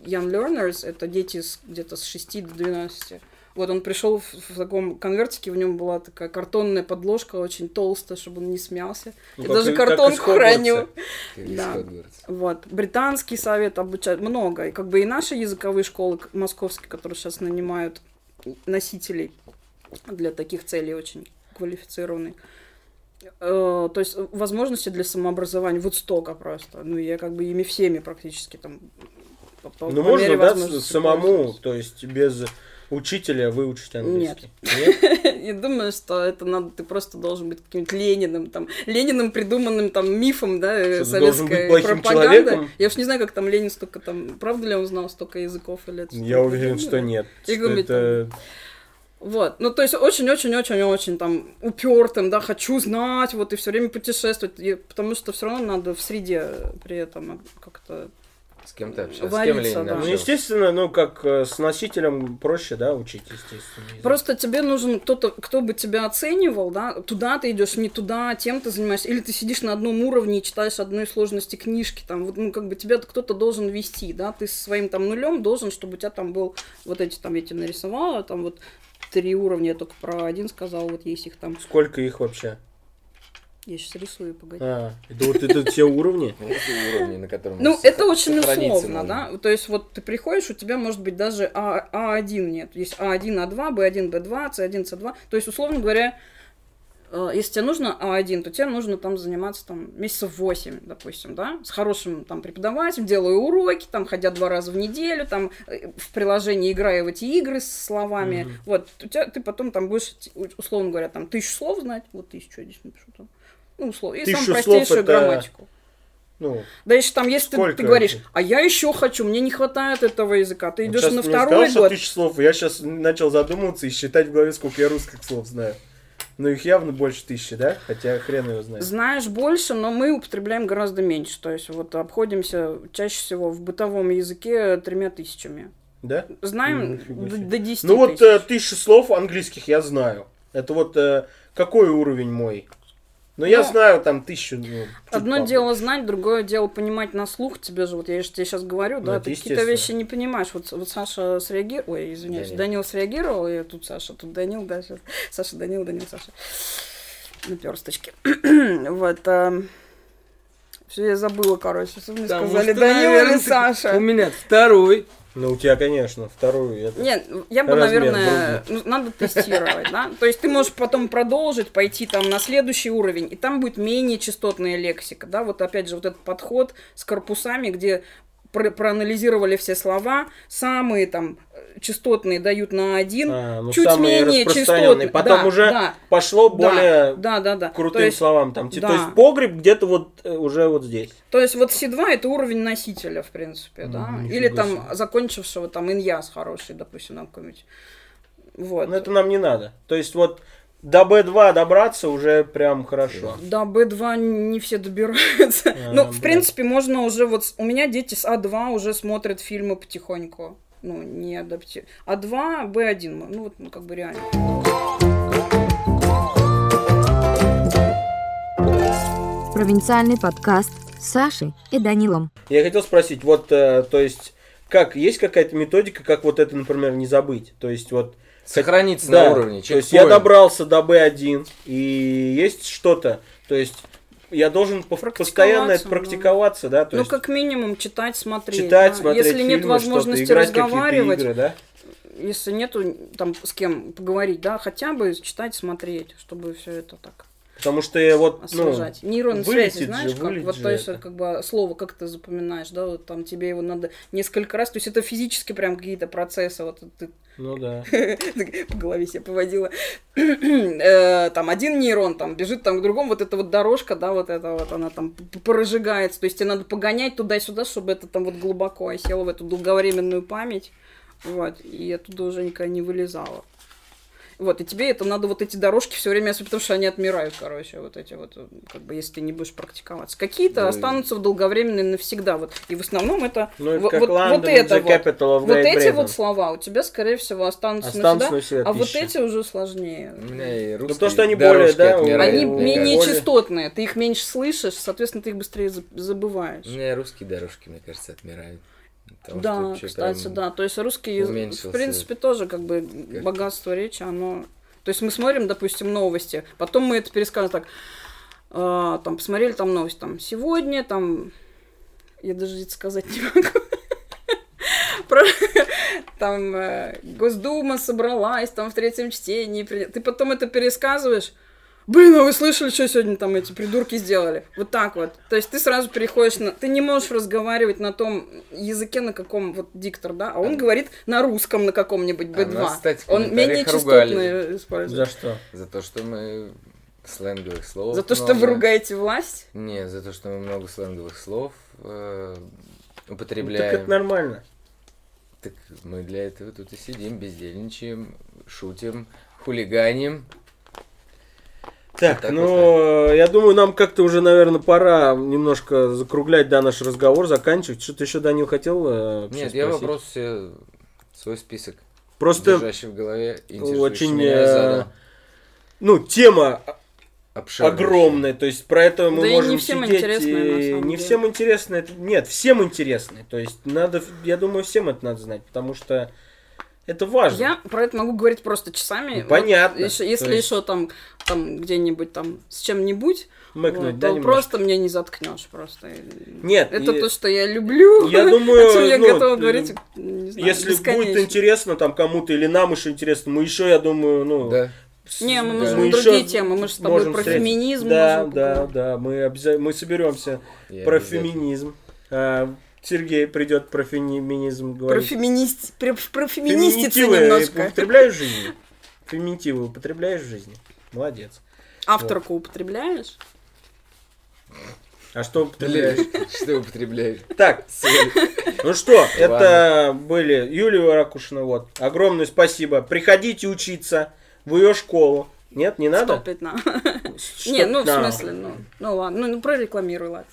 [SPEAKER 4] Young Learners, это дети с- где-то с 6 до 12. Вот он пришел в, в таком конвертике, в нем была такая картонная подложка, очень толстая, чтобы он не смялся.
[SPEAKER 3] Ну,
[SPEAKER 4] Я
[SPEAKER 3] как
[SPEAKER 4] даже
[SPEAKER 3] и- как из
[SPEAKER 4] картонку
[SPEAKER 3] Хогвартса.
[SPEAKER 4] храню.
[SPEAKER 2] Как из
[SPEAKER 4] да.
[SPEAKER 2] Хогвартса.
[SPEAKER 4] Вот. Британский совет обучает много. И как бы и наши языковые школы к- московские, которые сейчас нанимают носителей для таких целей очень квалифицированных. Э, То есть э, возможности для самообразования вот столько просто. Ну, я как бы ими всеми практически там по- по-
[SPEAKER 3] Ну,
[SPEAKER 4] по мере
[SPEAKER 3] можно, да,
[SPEAKER 4] возможности
[SPEAKER 3] самому,
[SPEAKER 4] пользуюсь.
[SPEAKER 3] то есть без учителя выучить английский? Нет.
[SPEAKER 4] (laughs) Я думаю, что это надо, ты просто должен быть каким-нибудь Лениным, там, Лениным придуманным там мифом, да, э,
[SPEAKER 3] Что ты должен быть
[SPEAKER 4] советской
[SPEAKER 3] плохим
[SPEAKER 4] пропаганды.
[SPEAKER 3] человеком?
[SPEAKER 4] Я уж не знаю, как там Ленин столько там, правда ли он знал столько языков или это
[SPEAKER 3] Я
[SPEAKER 4] что-то
[SPEAKER 3] уверен, что
[SPEAKER 4] придумали?
[SPEAKER 3] нет.
[SPEAKER 4] Я
[SPEAKER 3] Что
[SPEAKER 4] говорю,
[SPEAKER 3] это-
[SPEAKER 4] Вот, ну то есть очень-очень-очень-очень там упертым, да, хочу знать, вот и все время путешествовать, и- потому что все равно надо в среде при этом как-то
[SPEAKER 2] С кем ты общался? С кем
[SPEAKER 4] Вариться,
[SPEAKER 2] Ленин
[SPEAKER 4] да.
[SPEAKER 3] Ну,
[SPEAKER 2] общался?
[SPEAKER 3] естественно, ну, как э, с носителем проще, да, учить, естественно. язык.
[SPEAKER 4] Просто тебе нужен кто-то, кто бы тебя оценивал, да, туда ты идешь, не туда, тем ты занимаешься, или ты сидишь на одном уровне и читаешь одной сложности книжки, там, вот, ну, как бы тебя кто-то должен вести, да, ты со своим там нулем должен, чтобы у тебя там был вот эти, там, я тебе нарисовала, там, вот, три уровня, я только про один сказала, вот есть их там,
[SPEAKER 3] Сколько их вообще?
[SPEAKER 4] я сейчас рисую, погоди.
[SPEAKER 3] А, это вот это все уровни?
[SPEAKER 2] Ну, это уровни, на котором
[SPEAKER 4] Ну,
[SPEAKER 2] с-
[SPEAKER 4] это очень
[SPEAKER 2] сохраниться
[SPEAKER 4] условно,
[SPEAKER 2] можно.
[SPEAKER 4] да? То есть, вот ты приходишь, у тебя может быть даже а, А1 нет. Есть А А1, А2, Б1, Б2, С1, С2. То есть, условно говоря, э, если тебе нужно А1, то тебе нужно там заниматься там месяцев 8, допустим, да? С хорошим там преподавателем, делая уроки, там, ходя два раза в неделю, там, э, в приложении играя в эти игры с словами.
[SPEAKER 3] Мгм.
[SPEAKER 4] Вот, у тебя, ты потом там будешь, ти- у- условно говоря, там, тысячу слов знать. Вот тысячу я здесь напишу там. Ну, условно. И
[SPEAKER 3] Тысячу
[SPEAKER 4] самую
[SPEAKER 3] слов
[SPEAKER 4] простейшую
[SPEAKER 3] это-
[SPEAKER 4] грамматику.
[SPEAKER 3] Ну,
[SPEAKER 4] Да еще там, если ты- ты,
[SPEAKER 3] Сколько
[SPEAKER 4] говоришь,
[SPEAKER 3] это?
[SPEAKER 4] а я еще хочу, мне не хватает этого языка, ты идешь
[SPEAKER 3] сейчас
[SPEAKER 4] на
[SPEAKER 3] мне
[SPEAKER 4] второй
[SPEAKER 3] сказал, что
[SPEAKER 4] год.
[SPEAKER 3] тысяч слов, я сейчас начал задумываться и считать в голове, сколько я русских слов знаю. Но их явно больше тысячи, да? Хотя хрен его знает.
[SPEAKER 4] Знаешь больше, но мы употребляем гораздо меньше. То есть вот обходимся чаще всего в бытовом языке тремя тысячами.
[SPEAKER 3] Да? Ну,
[SPEAKER 4] Знаем
[SPEAKER 3] нифига
[SPEAKER 4] до,
[SPEAKER 3] себе.
[SPEAKER 4] до 10
[SPEAKER 3] Ну вот
[SPEAKER 4] тысяч.
[SPEAKER 3] э, тысячу слов английских я знаю. Это вот э, какой уровень мой? Но я
[SPEAKER 4] Ну,
[SPEAKER 3] знаю там тысячу. ну, чуть
[SPEAKER 4] Одно
[SPEAKER 3] побольше.
[SPEAKER 4] дело знать, другое дело понимать на слух. Тебе же, вот я же тебе сейчас говорю,
[SPEAKER 3] Ну,
[SPEAKER 4] да,
[SPEAKER 3] это
[SPEAKER 4] ты какие-то
[SPEAKER 3] естественно.
[SPEAKER 4] вещи не понимаешь. Вот, вот Саша среагировал, ой, извиняюсь,
[SPEAKER 2] Данил.
[SPEAKER 4] Данил среагировал, и тут Саша, тут Данил, да, сейчас. Саша, (clears throat) Данил, Данил, Саша. Наперсточки. вот. все Все, а, я забыла, короче, что мне
[SPEAKER 2] Потому
[SPEAKER 4] сказали
[SPEAKER 2] что,
[SPEAKER 4] Данила или
[SPEAKER 2] наверное, ты- У
[SPEAKER 4] Саша.
[SPEAKER 2] меня второй.
[SPEAKER 3] Ну, у тебя, конечно, вторую. это-
[SPEAKER 4] Нет, я бы,
[SPEAKER 3] Размер
[SPEAKER 4] наверное, ну, надо тестировать, да? То есть ты можешь потом продолжить, пойти там на следующий уровень, и там будет менее частотная лексика, да? Вот опять же вот этот подход с корпусами, где про- проанализировали все слова, самые там э, частотные дают на один,
[SPEAKER 3] А, ну,
[SPEAKER 4] чуть
[SPEAKER 3] самый
[SPEAKER 4] менее
[SPEAKER 3] распространенный.
[SPEAKER 4] частотные.
[SPEAKER 3] Потом
[SPEAKER 4] да,
[SPEAKER 3] уже
[SPEAKER 4] да,
[SPEAKER 3] пошло более
[SPEAKER 4] да, да, да.
[SPEAKER 3] крутым
[SPEAKER 4] То есть,
[SPEAKER 3] словам. Там, Ти-
[SPEAKER 4] да.
[SPEAKER 3] То есть погреб где-то вот э, уже вот здесь.
[SPEAKER 4] то есть вот C2 это уровень носителя, в принципе, да?
[SPEAKER 3] Мгм,
[SPEAKER 4] Или
[SPEAKER 3] нифига
[SPEAKER 4] там закончившего там иньяс хороший, допустим, на какой-нибудь. Вот.
[SPEAKER 3] Но Ну, это нам не надо. То есть вот до Б2 добраться уже прям хорошо.
[SPEAKER 4] Да, Б2 не все добираются.
[SPEAKER 3] А,
[SPEAKER 4] ну, в
[SPEAKER 3] да.
[SPEAKER 4] принципе, можно уже вот... с- У меня дети с А2 уже смотрят фильмы потихоньку. Ну, не адапти... А А2, Б1. мы- Ну, вот ну, как бы реально.
[SPEAKER 1] Провинциальный подкаст с Сашей и Данилом.
[SPEAKER 3] Я хотел спросить, вот, э, то есть, как, есть какая-то методика, как вот это, например, не забыть? То есть, вот,
[SPEAKER 2] Сохраниться
[SPEAKER 3] да,
[SPEAKER 2] на уровне.
[SPEAKER 3] то есть, я
[SPEAKER 2] чекпоинт.
[SPEAKER 3] добрался до Б1, и есть что-то, то есть, я должен пов- постоянно это
[SPEAKER 4] Практиковаться,
[SPEAKER 3] практиковаться,
[SPEAKER 4] да.
[SPEAKER 3] да, то
[SPEAKER 4] ну,
[SPEAKER 3] есть,
[SPEAKER 4] как минимум, читать, смотреть.
[SPEAKER 3] читать,
[SPEAKER 4] да.
[SPEAKER 3] смотреть
[SPEAKER 4] а Если нет
[SPEAKER 3] фильмы,
[SPEAKER 4] возможности
[SPEAKER 3] что-то, играть в какие-то
[SPEAKER 4] разговаривать,
[SPEAKER 3] игры, да?
[SPEAKER 4] если нету там с кем поговорить, да, хотя бы читать, смотреть, чтобы все это так
[SPEAKER 3] Потому что э, вот, ну,
[SPEAKER 4] освежать. Нейронные
[SPEAKER 3] вылетит
[SPEAKER 4] связи,
[SPEAKER 3] же,
[SPEAKER 4] знаешь, как?
[SPEAKER 3] вылетит
[SPEAKER 4] Вот
[SPEAKER 3] же
[SPEAKER 4] то есть,
[SPEAKER 3] это.
[SPEAKER 4] как бы слово как ты запоминаешь, да, вот там тебе его надо несколько раз. То есть это физически прям какие-то процессы. Вот ты
[SPEAKER 3] ну
[SPEAKER 4] (laughs)
[SPEAKER 3] да.
[SPEAKER 4] так по голове себе поводила. (clears throat) Э, Там один нейрон там бежит там к другому, вот эта вот дорожка, да, вот эта вот, она там п- прожигается. То есть тебе надо погонять туда-сюда, чтобы это там вот глубоко осело в эту долговременную память. Вот, и оттуда уже никогда не вылезала. Вот, и тебе это надо вот эти дорожки все время, потому что они отмирают, короче, вот эти вот, э, как бы, если ты не будешь практиковаться. Какие-то
[SPEAKER 2] Ну и-
[SPEAKER 4] останутся в долговременные навсегда, вот. И в основном это
[SPEAKER 3] Ну, это
[SPEAKER 4] вот,
[SPEAKER 3] как
[SPEAKER 4] вот- вот
[SPEAKER 3] London is
[SPEAKER 4] это
[SPEAKER 3] the
[SPEAKER 4] вот.
[SPEAKER 3] capital of
[SPEAKER 4] Вот
[SPEAKER 3] Great
[SPEAKER 4] эти
[SPEAKER 3] Britain.
[SPEAKER 4] вот слова у тебя, скорее всего, останутся,
[SPEAKER 3] Останутся
[SPEAKER 4] навсегда,
[SPEAKER 3] навсегда
[SPEAKER 4] а вот
[SPEAKER 3] пища.
[SPEAKER 4] эти уже сложнее.
[SPEAKER 2] У меня и русские
[SPEAKER 3] Ну, потому что они
[SPEAKER 2] дорожки
[SPEAKER 3] более, да,
[SPEAKER 2] отмирают,
[SPEAKER 4] Они
[SPEAKER 3] Мне
[SPEAKER 4] менее
[SPEAKER 3] кажется.
[SPEAKER 4] частотные, ты их меньше слышишь, соответственно, ты их быстрее за- забываешь.
[SPEAKER 2] У меня и русские дорожки, мне кажется, отмирают. Потому
[SPEAKER 4] да,
[SPEAKER 2] что чё
[SPEAKER 4] кстати,
[SPEAKER 2] прям-
[SPEAKER 4] да. То есть русский язык,
[SPEAKER 2] уменьшился.
[SPEAKER 4] в принципе, тоже как бы богатство речи, оно... То есть мы смотрим, допустим, новости, потом мы это пересказываем так, а, там, посмотрели там новость, там, сегодня, там, я даже это сказать не могу. Про- Там э, Госдума собралась, там в третьем чтении. при- Ты потом это пересказываешь. Блин, а вы слышали, что сегодня там эти придурки сделали? Вот так вот. То есть ты сразу переходишь на... Ты не можешь разговаривать на том языке, на каком вот диктор, да? А он говорит на русском, на каком-нибудь
[SPEAKER 2] А
[SPEAKER 4] Б2.
[SPEAKER 2] нас, кстати, в
[SPEAKER 4] он менее
[SPEAKER 2] комментариях ругали.
[SPEAKER 4] частотный использует.
[SPEAKER 3] За что? Ну,
[SPEAKER 2] За то, что мы сленговых слов
[SPEAKER 4] За то, что вы
[SPEAKER 2] много.
[SPEAKER 4] ругаете власть.
[SPEAKER 2] Не, за то, что мы много сленговых слов э,
[SPEAKER 3] Ну,
[SPEAKER 2] употребляем.
[SPEAKER 3] Так это нормально.
[SPEAKER 2] Так мы для этого тут и сидим, бездельничаем, шутим, хулиганим.
[SPEAKER 3] Так,
[SPEAKER 2] Так
[SPEAKER 3] ну, я думаю, нам как-то уже, наверное, пора немножко закруглять, да, наш разговор, заканчивать. Что-то еще, Данил, хотел э, вообще
[SPEAKER 2] Нет, я
[SPEAKER 3] спросить?
[SPEAKER 2] вопрос все свой список,
[SPEAKER 3] Просто,
[SPEAKER 2] держащий в голове, интересующий
[SPEAKER 3] очень,
[SPEAKER 2] меня
[SPEAKER 3] э,
[SPEAKER 2] зада.
[SPEAKER 3] ну, тема
[SPEAKER 2] Обширнейший.
[SPEAKER 3] огромная, то есть про это мы
[SPEAKER 4] Да и не
[SPEAKER 3] можем
[SPEAKER 4] всем
[SPEAKER 3] сидеть,
[SPEAKER 4] интересная, на
[SPEAKER 3] и
[SPEAKER 4] самом
[SPEAKER 3] не
[SPEAKER 4] деле.
[SPEAKER 3] всем интересно, это- нет, всем интересно, то есть надо, я думаю, всем это надо знать, потому что это важно.
[SPEAKER 4] Я про это могу говорить просто часами.
[SPEAKER 3] Ну, понятно.
[SPEAKER 4] Вот ещё- если
[SPEAKER 3] То есть-
[SPEAKER 4] еще там, там где-нибудь там с чем-нибудь,
[SPEAKER 3] Мэкнуть,
[SPEAKER 4] вот,
[SPEAKER 3] да,
[SPEAKER 4] то
[SPEAKER 3] немножко?
[SPEAKER 4] просто меня не заткнешь просто.
[SPEAKER 3] Нет,
[SPEAKER 4] Это
[SPEAKER 3] и-
[SPEAKER 4] то, что я люблю.
[SPEAKER 3] Я думаю,
[SPEAKER 4] (laughs) о чём я
[SPEAKER 3] ну,
[SPEAKER 4] готова
[SPEAKER 3] ты-
[SPEAKER 4] говорить, не знаю,
[SPEAKER 3] Если будет
[SPEAKER 4] бесконечно.
[SPEAKER 3] интересно там кому-то или нам еще интересно, мы еще, я думаю, ну,
[SPEAKER 2] Да.
[SPEAKER 3] с-
[SPEAKER 4] Не, мы
[SPEAKER 3] да,
[SPEAKER 4] можем
[SPEAKER 3] мы
[SPEAKER 4] другие
[SPEAKER 3] еще
[SPEAKER 4] темы, мы же с тобой
[SPEAKER 3] можем
[SPEAKER 4] про
[SPEAKER 3] встретиться.
[SPEAKER 4] феминизм
[SPEAKER 3] Да,
[SPEAKER 4] можем
[SPEAKER 3] да,
[SPEAKER 4] поговорить.
[SPEAKER 3] да, мы обязательно, мы соберемся
[SPEAKER 2] я
[SPEAKER 3] про
[SPEAKER 2] обязательно.
[SPEAKER 3] феминизм. А, Сергей придет про феминизм
[SPEAKER 4] Про,
[SPEAKER 3] говорить.
[SPEAKER 4] феминист... про, про феминистицы
[SPEAKER 3] Феминитивы
[SPEAKER 4] немножко.
[SPEAKER 3] употребляешь в жизни? Феминитивы употребляешь в жизни? Молодец.
[SPEAKER 4] Авторку употребляешь?
[SPEAKER 3] А что
[SPEAKER 2] (laughs) Блин,
[SPEAKER 3] употребляешь?
[SPEAKER 2] Что употребляешь?
[SPEAKER 3] Так,
[SPEAKER 2] Соль.
[SPEAKER 3] ну что, это были Юлия Ракушина, вот. Огромное спасибо. Приходите учиться в ее школу. Нет, не надо?
[SPEAKER 4] Стопить (laughs) на.
[SPEAKER 3] Что-
[SPEAKER 4] Не, ну в
[SPEAKER 3] Да.
[SPEAKER 4] смысле, ну, ну ладно, ну, ну прорекламируй, ладно.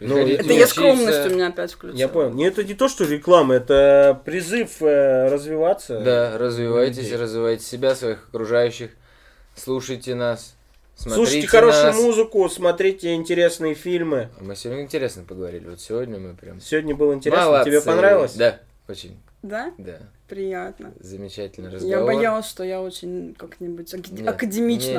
[SPEAKER 3] Ну,
[SPEAKER 2] Приходите
[SPEAKER 4] Это я
[SPEAKER 2] учиться.
[SPEAKER 4] скромность у меня опять включила.
[SPEAKER 3] Я понял. Не, это не то, что реклама, это призыв э, развиваться.
[SPEAKER 2] Да, развивайтесь,
[SPEAKER 3] людей.
[SPEAKER 2] развивайте себя, своих окружающих, слушайте нас, смотрите
[SPEAKER 3] Слушайте хорошую
[SPEAKER 2] нас.
[SPEAKER 3] музыку, смотрите интересные фильмы.
[SPEAKER 2] Мы сегодня интересно поговорили. Вот сегодня мы прям...
[SPEAKER 3] Сегодня было интересно.
[SPEAKER 2] Молодцы.
[SPEAKER 3] Тебе понравилось?
[SPEAKER 2] Да, очень,
[SPEAKER 4] Да?
[SPEAKER 2] да.
[SPEAKER 4] Приятно.
[SPEAKER 2] Замечательный
[SPEAKER 4] Я
[SPEAKER 2] разговор.
[SPEAKER 4] боялась, что я очень как-нибудь аки-
[SPEAKER 2] Нет,
[SPEAKER 4] академично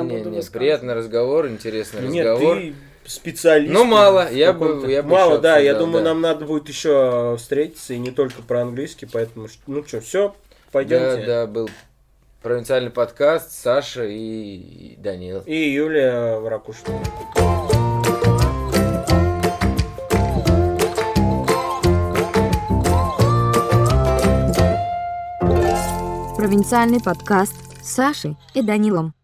[SPEAKER 2] не, не,
[SPEAKER 4] буду
[SPEAKER 2] не,
[SPEAKER 4] высказывать.
[SPEAKER 2] Приятный разговор, интересный
[SPEAKER 3] Нет,
[SPEAKER 2] разговор.
[SPEAKER 3] ты специалистом.
[SPEAKER 2] Ну, мало, я
[SPEAKER 3] в каком-то-
[SPEAKER 2] бы- я бы
[SPEAKER 3] мало,
[SPEAKER 2] ещё
[SPEAKER 3] да, я
[SPEAKER 2] обсуждал,
[SPEAKER 3] думаю,
[SPEAKER 2] да.
[SPEAKER 3] нам надо будет еще встретиться, и не только про английский, поэтому, ш- ну что, все, пойдемте.
[SPEAKER 2] Да, да, был провинциальный подкаст Саша и и Данил.
[SPEAKER 3] И Юлия Ракушина.
[SPEAKER 1] Провинциальный подкаст с Сашей и Данилом.